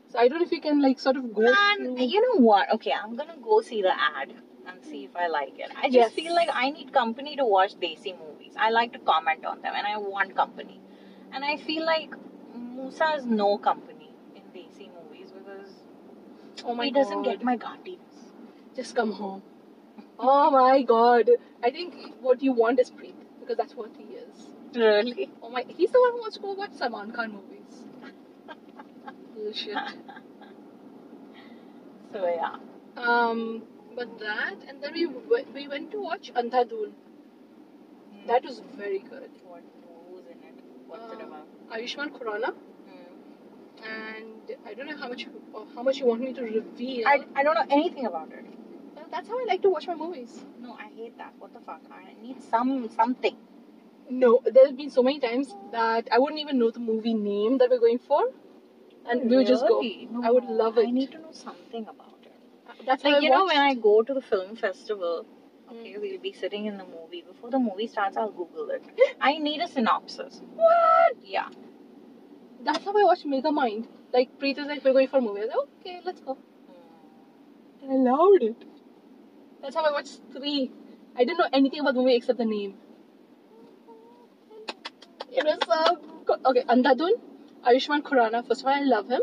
[SPEAKER 1] So I don't know if you can like sort of go.
[SPEAKER 2] Man,
[SPEAKER 1] through-
[SPEAKER 2] you know what? Okay, I'm gonna go see the ad and see if I like it. I just
[SPEAKER 1] Yes.
[SPEAKER 2] feel like I need company to watch Desi movies. I like to comment on them, and I want company. And I feel like Musa has no company in Desi movies because
[SPEAKER 1] oh my
[SPEAKER 2] he doesn't
[SPEAKER 1] God.
[SPEAKER 2] get my gauntiness.
[SPEAKER 1] Just come home. Oh my god. I think what you want is Preet because that's what he is.
[SPEAKER 2] Really?
[SPEAKER 1] Oh my, he's the one who wants to go watch Salman Khan movies. Bullshit.
[SPEAKER 2] So yeah.
[SPEAKER 1] Um, but that, and then we went, we went to watch Andhadhun. Hmm. That was very good.
[SPEAKER 2] what who's in it? What's
[SPEAKER 1] Um,
[SPEAKER 2] it about?
[SPEAKER 1] Ayushmann Khurrana,
[SPEAKER 2] Uh, Hmm.
[SPEAKER 1] and I don't know how much uh, how much you want me to reveal.
[SPEAKER 2] I, I don't know anything about it.
[SPEAKER 1] Well, that's how I like to watch my movies.
[SPEAKER 2] No, I hate that. What the fuck? I need some something.
[SPEAKER 1] No, there have been so many times that I wouldn't even know the movie name that we're going for, and we would just go.
[SPEAKER 2] Really? No,
[SPEAKER 1] I would love
[SPEAKER 2] I
[SPEAKER 1] it.
[SPEAKER 2] need to know something about it.
[SPEAKER 1] That's
[SPEAKER 2] Like
[SPEAKER 1] how I
[SPEAKER 2] you know,
[SPEAKER 1] watched. Mm.
[SPEAKER 2] when I Mm. go to the film festival, okay, we'll be sitting in the movie. Before the movie starts, I'll Google it. I need a synopsis.
[SPEAKER 1] What?
[SPEAKER 2] Yeah.
[SPEAKER 1] That's how I watched Mega Mind. Like Preet is like, we're going for a movie. I was like, okay, let's go. And I loved it. That's how I watched three. I didn't know anything about the movie except the name. It was uh, okay. Andhadun, Ayushman Khurana. First of all, I love him,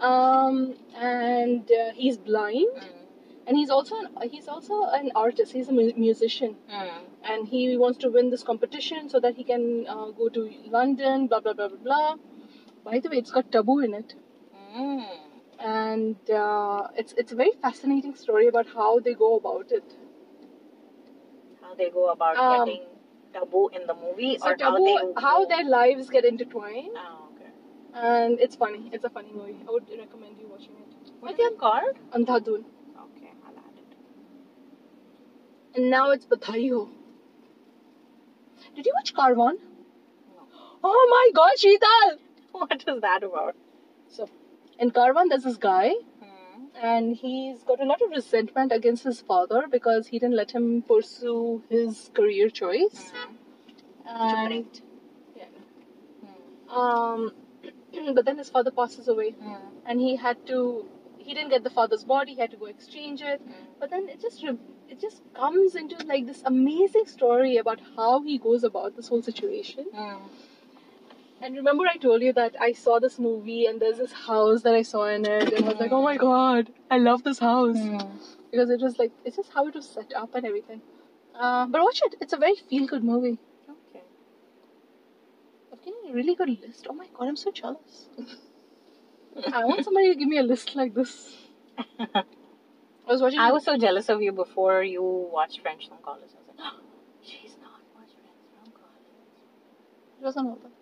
[SPEAKER 1] um, and uh, he's blind,
[SPEAKER 2] Mm.
[SPEAKER 1] and he's also an, he's also an artist. He's a mu- musician,
[SPEAKER 2] Mm.
[SPEAKER 1] and he wants to win this competition so that he can uh, go to London. Blah blah blah blah blah. By the way, it's got taboo in it
[SPEAKER 2] Mm.
[SPEAKER 1] and uh, it's it's a very fascinating story about how they go about it.
[SPEAKER 2] How they go about
[SPEAKER 1] Um,
[SPEAKER 2] getting taboo in the movie,
[SPEAKER 1] So
[SPEAKER 2] or how
[SPEAKER 1] taboo,
[SPEAKER 2] they
[SPEAKER 1] how
[SPEAKER 2] go-
[SPEAKER 1] their lives get intertwined,
[SPEAKER 2] Oh, okay.
[SPEAKER 1] and it's funny. It's a funny movie. I would recommend you watching it.
[SPEAKER 2] What is it called?
[SPEAKER 1] Andhadun,
[SPEAKER 2] Okay, I'll add it.
[SPEAKER 1] and now it's Batayo. Did you watch Carvan? Oh my God, Sheetal!
[SPEAKER 2] What is that about?
[SPEAKER 1] In Carvan, there's this guy,
[SPEAKER 2] Hmm.
[SPEAKER 1] and he's got a lot of resentment against his father because he didn't let him pursue his career choice. Mm.
[SPEAKER 2] Mm.
[SPEAKER 1] And um, but then his father passes away
[SPEAKER 2] Mm.
[SPEAKER 1] and he had to he didn't get the father's body he had to go exchange it but then it just re- it just comes into like this amazing story about how he goes about this whole situation
[SPEAKER 2] Mm.
[SPEAKER 1] and remember i told you that i saw this movie and there's this house that i saw in it and i was like oh my god i love this house
[SPEAKER 2] Hmm. Mm.
[SPEAKER 1] because it was like it's just how it was set up and everything uh, but watch it it's a very feel good movie
[SPEAKER 2] Okay.
[SPEAKER 1] I'm getting a really good list. Oh my god, I'm so jealous. I want somebody to give me a list like this. I was watching.
[SPEAKER 2] I was so jealous of you before you watched French from College. I was like, she's not watched French from College.
[SPEAKER 1] It was on all that.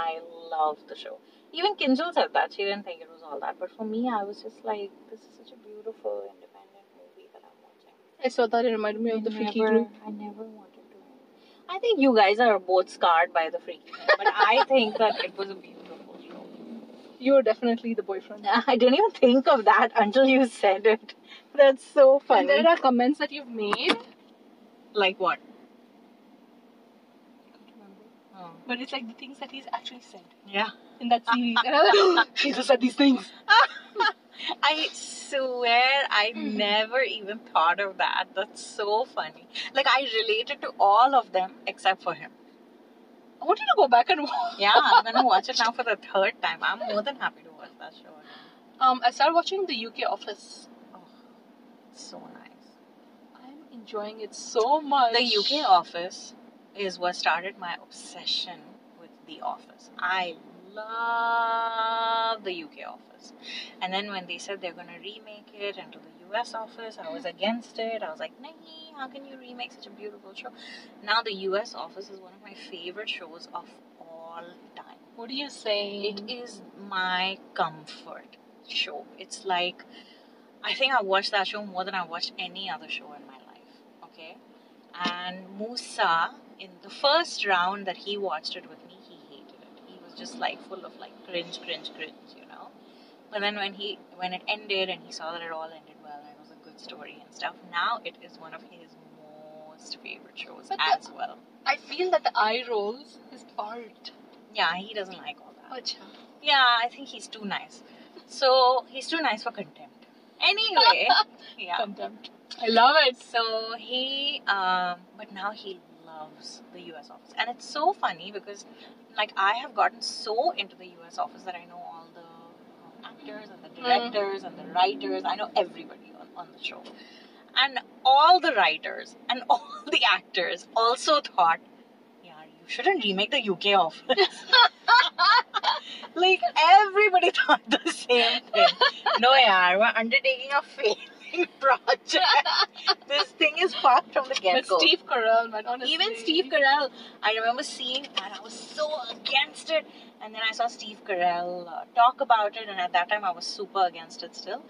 [SPEAKER 2] I love the show. Even Kinjal said that. She didn't think it was all that. But for me, I was just like, this is such a beautiful, independent movie that I'm watching.
[SPEAKER 1] I saw that. It reminded me of the
[SPEAKER 2] I
[SPEAKER 1] freaky
[SPEAKER 2] never,
[SPEAKER 1] group.
[SPEAKER 2] I never wanted to. I think you guys are both scarred by the freaky group, but I think that it was a beautiful show.
[SPEAKER 1] You were definitely the boyfriend.
[SPEAKER 2] I didn't even think of that until you said it. That's so
[SPEAKER 1] And
[SPEAKER 2] funny.
[SPEAKER 1] there are comments that you've made,
[SPEAKER 2] Like what? Oh.
[SPEAKER 1] but it's like the things that he's actually said
[SPEAKER 2] Yeah.
[SPEAKER 1] in that series. And I was like, he just said these things.
[SPEAKER 2] I swear I never even thought of that. That's so funny. Like I related to all of them except for him.
[SPEAKER 1] I want you to go back and watch.
[SPEAKER 2] Yeah, I'm gonna watch it now for the third time. I'm more than happy to watch that show. again.
[SPEAKER 1] Um, I started watching the UK Office.
[SPEAKER 2] So nice.
[SPEAKER 1] I'm enjoying it so much.
[SPEAKER 2] The UK office is what started my obsession with the office. I love the UK office. And then when they said they're gonna remake it into the US office, I was against it. I was like, Nahi, how can you remake such a beautiful show? Now the US office is one of my favorite shows of all time.
[SPEAKER 1] What do you say?
[SPEAKER 2] It is my comfort show. It's like I think I watched that show more than I watched any other show in my life. Okay? And Musa in the first round that he watched it with me, he hated it. He was just like full of like cringe, cringe, cringe, you know. But then when he when it ended and he saw that it all ended well and it was a good story and stuff, now it is one of his most favorite shows
[SPEAKER 1] But the-
[SPEAKER 2] as well.
[SPEAKER 1] I feel that the eye rolls is art.
[SPEAKER 2] Yeah, he doesn't like all that.
[SPEAKER 1] Acha.
[SPEAKER 2] Yeah, I think he's too nice. So he's too nice for contempt. Anyway, yeah.
[SPEAKER 1] Contempt. I love it.
[SPEAKER 2] So he, um, but now he loves the U.S. office, and it's so funny because, like, I have gotten so into the U.S. office that I know all the um, actors and the directors and the writers. I know everybody on, on the show, and all the writers and all the actors also thought, yeah, you shouldn't remake the U.K. office. Like everybody thought the same thing. no, yeah, we're undertaking a failing project. this thing is fucked from the
[SPEAKER 1] But
[SPEAKER 2] get go.
[SPEAKER 1] Steve Carell, man, honestly.
[SPEAKER 2] Even Steve Carell, I remember seeing that I was so against it, and then I saw Steve Carell uh, talk about it, and at that time I was super against it still.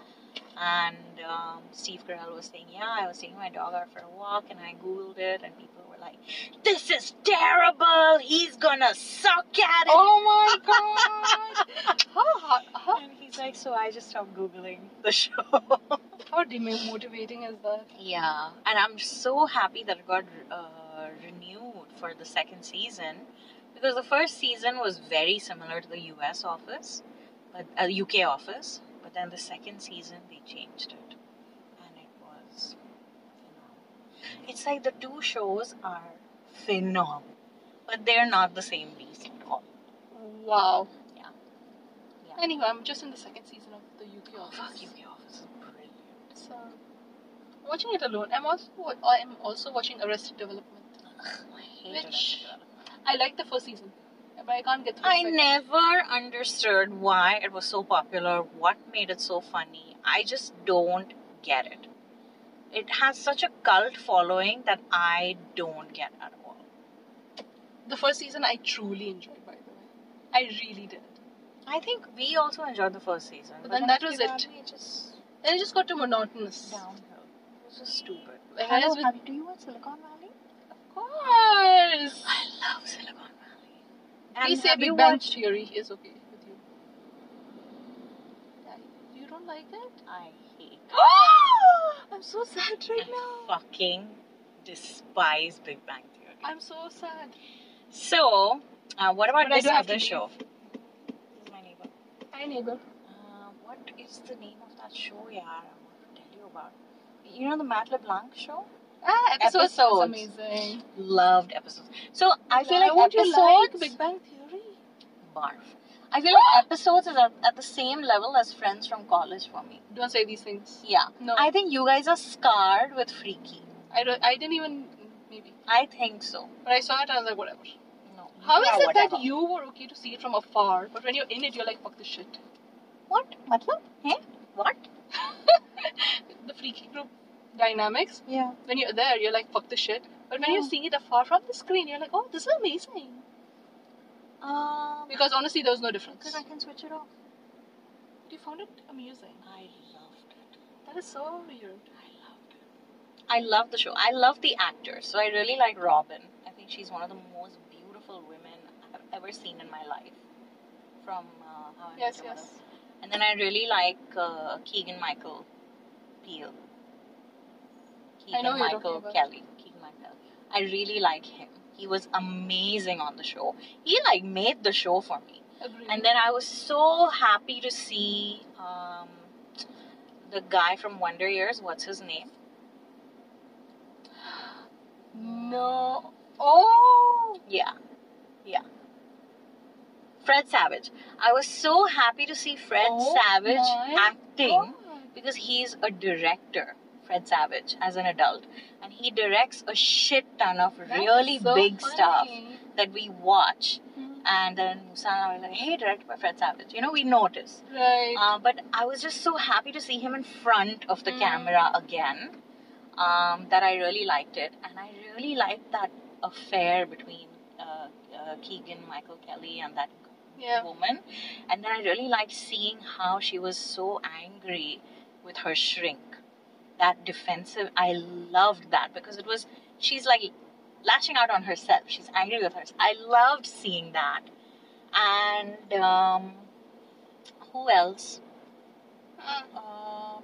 [SPEAKER 2] And um, Steve Carell was saying, "Yeah, I was taking my dog out for a walk, and I googled it, and people were like, "This is terrible. He's gonna suck at it."
[SPEAKER 1] Oh my god! how, how, how,
[SPEAKER 2] And he's like, so I just stopped googling the show.
[SPEAKER 1] how demotivating is that?
[SPEAKER 2] yeah, and I'm so happy that it got uh, renewed for the second season because the first season was very similar to the U.S. office, but uh, U.K. office. But then the second season they changed it, and it was, you know, it's like the two shows are phenomenal. but they're not the same beast at all.
[SPEAKER 1] Wow.
[SPEAKER 2] Yeah. Yeah.
[SPEAKER 1] Anyway, I'm just in the second season of the UK
[SPEAKER 2] Oh,
[SPEAKER 1] Office.
[SPEAKER 2] fuck UK Office is brilliant.
[SPEAKER 1] So, I'm watching it alone. I'm also I'm also watching Arrested Development.
[SPEAKER 2] I hate
[SPEAKER 1] Which-
[SPEAKER 2] Arrested Development.
[SPEAKER 1] I like the first season, but I can't get through.
[SPEAKER 2] I
[SPEAKER 1] the second.
[SPEAKER 2] never understood why it was so popular, what made it so funny. I just don't get it. It has such a cult following that I don't get at all.
[SPEAKER 1] The first season I truly enjoyed, by the way. I really did.
[SPEAKER 2] I think we also enjoyed the first season.
[SPEAKER 1] But then that
[SPEAKER 2] after
[SPEAKER 1] was it.
[SPEAKER 2] we just
[SPEAKER 1] Then it just got too monotonous.
[SPEAKER 2] downhill. It was just stupid.
[SPEAKER 1] Whereas
[SPEAKER 2] Hello,
[SPEAKER 1] with-
[SPEAKER 2] have- do you watch Silicon Valley?
[SPEAKER 1] Of course.
[SPEAKER 2] I love Silicon Valley.
[SPEAKER 1] Please say
[SPEAKER 2] have you
[SPEAKER 1] Big Bang
[SPEAKER 2] watched-
[SPEAKER 1] Theory is okay with you. Yeah, you don't like it?
[SPEAKER 2] I hate.
[SPEAKER 1] I'm so sad right
[SPEAKER 2] I
[SPEAKER 1] now.
[SPEAKER 2] fucking despise Big Bang Theory.
[SPEAKER 1] I'm so sad.
[SPEAKER 2] So, uh, what about
[SPEAKER 1] But I
[SPEAKER 2] this
[SPEAKER 1] do have to
[SPEAKER 2] other
[SPEAKER 1] leave.
[SPEAKER 2] show? This is my neighbor.
[SPEAKER 1] Hi, neighbor.
[SPEAKER 2] Uh, what is the name of that show, yaar? I want to tell you about. You know the Matt LeBlanc show?
[SPEAKER 1] Ah, episodes. was
[SPEAKER 2] Episodes.
[SPEAKER 1] amazing.
[SPEAKER 2] Loved episodes. So I feel like
[SPEAKER 1] Won't you like
[SPEAKER 2] episodes.
[SPEAKER 1] Big Bang Theory?
[SPEAKER 2] barf. I feel like episodes is at, at the same level as Friends from college for me.
[SPEAKER 1] Don't say these things.
[SPEAKER 2] Yeah.
[SPEAKER 1] No,
[SPEAKER 2] I think you guys are scarred with Freaky.
[SPEAKER 1] I, don't, I didn't even maybe.
[SPEAKER 2] I think so.
[SPEAKER 1] But I saw it and I was like, whatever.
[SPEAKER 2] No. you
[SPEAKER 1] How is
[SPEAKER 2] are
[SPEAKER 1] it
[SPEAKER 2] whatever.
[SPEAKER 1] that you were okay to see it from afar, but when you're in it, you're like, fuck this shit.
[SPEAKER 2] What? Matlab? Hey? What?
[SPEAKER 1] The freaky group dynamics.
[SPEAKER 2] Yeah.
[SPEAKER 1] When you're there, you're like, fuck this shit. But when you're
[SPEAKER 2] Yeah.
[SPEAKER 1] seeing it afar from the screen, you're like, oh, this is amazing.
[SPEAKER 2] Um.
[SPEAKER 1] Because honestly, there was no difference.
[SPEAKER 2] Because I can switch it off.
[SPEAKER 1] You found it amusing.
[SPEAKER 2] I loved it.
[SPEAKER 1] That is so weird.
[SPEAKER 2] I loved it. I love the show. I love the actors. So I really like Robin. I think she's one of the most beautiful women I've ever seen in my life. From uh, How I Met
[SPEAKER 1] Yes,
[SPEAKER 2] Your Mother.
[SPEAKER 1] yes.
[SPEAKER 2] And then I really like uh, Keegan Michael Peel.
[SPEAKER 1] I
[SPEAKER 2] Keegan
[SPEAKER 1] know who you're
[SPEAKER 2] Michael
[SPEAKER 1] talking about.
[SPEAKER 2] Kelly. Keegan Michael. I really like him. He was amazing on the show. He like made the show for me.
[SPEAKER 1] Agreed.
[SPEAKER 2] And then I was so happy to see um, the guy from Wonder Years. What's his name?
[SPEAKER 1] no. Oh!
[SPEAKER 2] Yeah. Yeah. Fred Savage. I was so happy to see Fred
[SPEAKER 1] Oh
[SPEAKER 2] Savage
[SPEAKER 1] my
[SPEAKER 2] acting
[SPEAKER 1] God.
[SPEAKER 2] because he's a director, Fred Savage, as an adult. And he directs a shit ton of
[SPEAKER 1] That
[SPEAKER 2] really
[SPEAKER 1] is so
[SPEAKER 2] big stuff
[SPEAKER 1] funny.
[SPEAKER 2] that we watch.
[SPEAKER 1] Hmm.
[SPEAKER 2] And then Musa and I were like, hey, directed by Fred Savage. You know, we notice.
[SPEAKER 1] Right.
[SPEAKER 2] Uh, but I was just so happy to see him in front of the
[SPEAKER 1] Mm.
[SPEAKER 2] camera again um, that I really liked it. And I really liked that affair between uh, uh, Keegan Michael Kelly and that
[SPEAKER 1] yeah.
[SPEAKER 2] woman. And then I really liked seeing how she was so angry with her shrink. That defensive, I loved that because it was, she's like lashing out on herself. She's angry with herself. I loved seeing that. And um, who else?
[SPEAKER 1] Uh,
[SPEAKER 2] Um,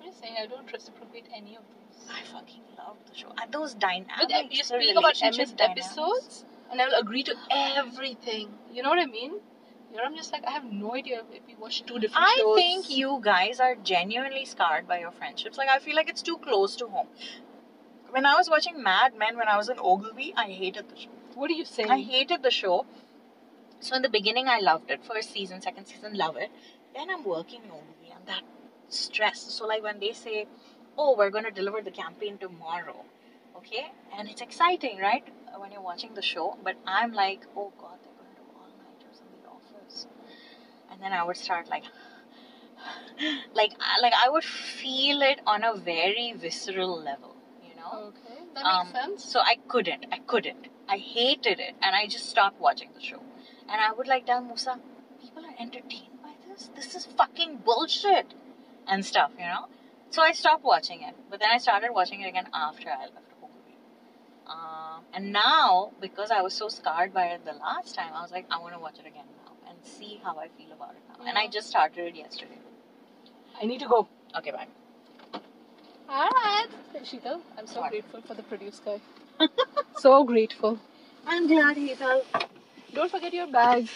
[SPEAKER 1] I'm just saying, I don't reciprocate any of those.
[SPEAKER 2] I fucking loved the show. And those dynamics.
[SPEAKER 1] But uh, you
[SPEAKER 2] the
[SPEAKER 1] speak about
[SPEAKER 2] relationship
[SPEAKER 1] epi-
[SPEAKER 2] dynamics.
[SPEAKER 1] episodes, and I will agree to everything. You know what I mean? Here I'm just like, I have no idea if we watch two different
[SPEAKER 2] I
[SPEAKER 1] shows.
[SPEAKER 2] think you guys are genuinely scarred by your friendships. Like I feel like it's too close to home. When I was watching Mad Men when I was in Ogilvy, I hated the show.
[SPEAKER 1] What are you saying?
[SPEAKER 2] I hated the show. So in the beginning, I loved it. First season, second season, love it. Then I'm working in Ogilvy and that stress. So like when they say, "Oh, we're going to deliver the campaign tomorrow," okay, and it's exciting, right? When you're watching the show, but I'm like, "Oh God, they're going to do all nighters in the office," and then I would start like. Like, I- like I would feel it on a very visceral level, you know.
[SPEAKER 1] Okay, that
[SPEAKER 2] Um,
[SPEAKER 1] makes sense.
[SPEAKER 2] So I couldn't. I couldn't. I hated it, and I just stopped watching the show. And I would like tell Musa, people are entertained by this. This is fucking bullshit, and stuff, you know. So I stopped watching it. But then I started watching it again after I left Ogilvy. Um, and now, because I was so scarred by it the last time, I was like, I want to watch it again now and see how I feel about it now. And I
[SPEAKER 1] Yeah.
[SPEAKER 2] just started it yesterday.
[SPEAKER 1] I need to go.
[SPEAKER 2] Okay, bye.
[SPEAKER 1] Alright. There she go. I'm so
[SPEAKER 2] What?
[SPEAKER 1] grateful for the produce guy. so grateful.
[SPEAKER 2] I'm glad he's out.
[SPEAKER 1] Don't forget your bag.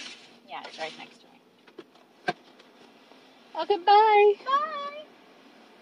[SPEAKER 2] Yeah, it's right next to me.
[SPEAKER 1] Okay, bye. Bye.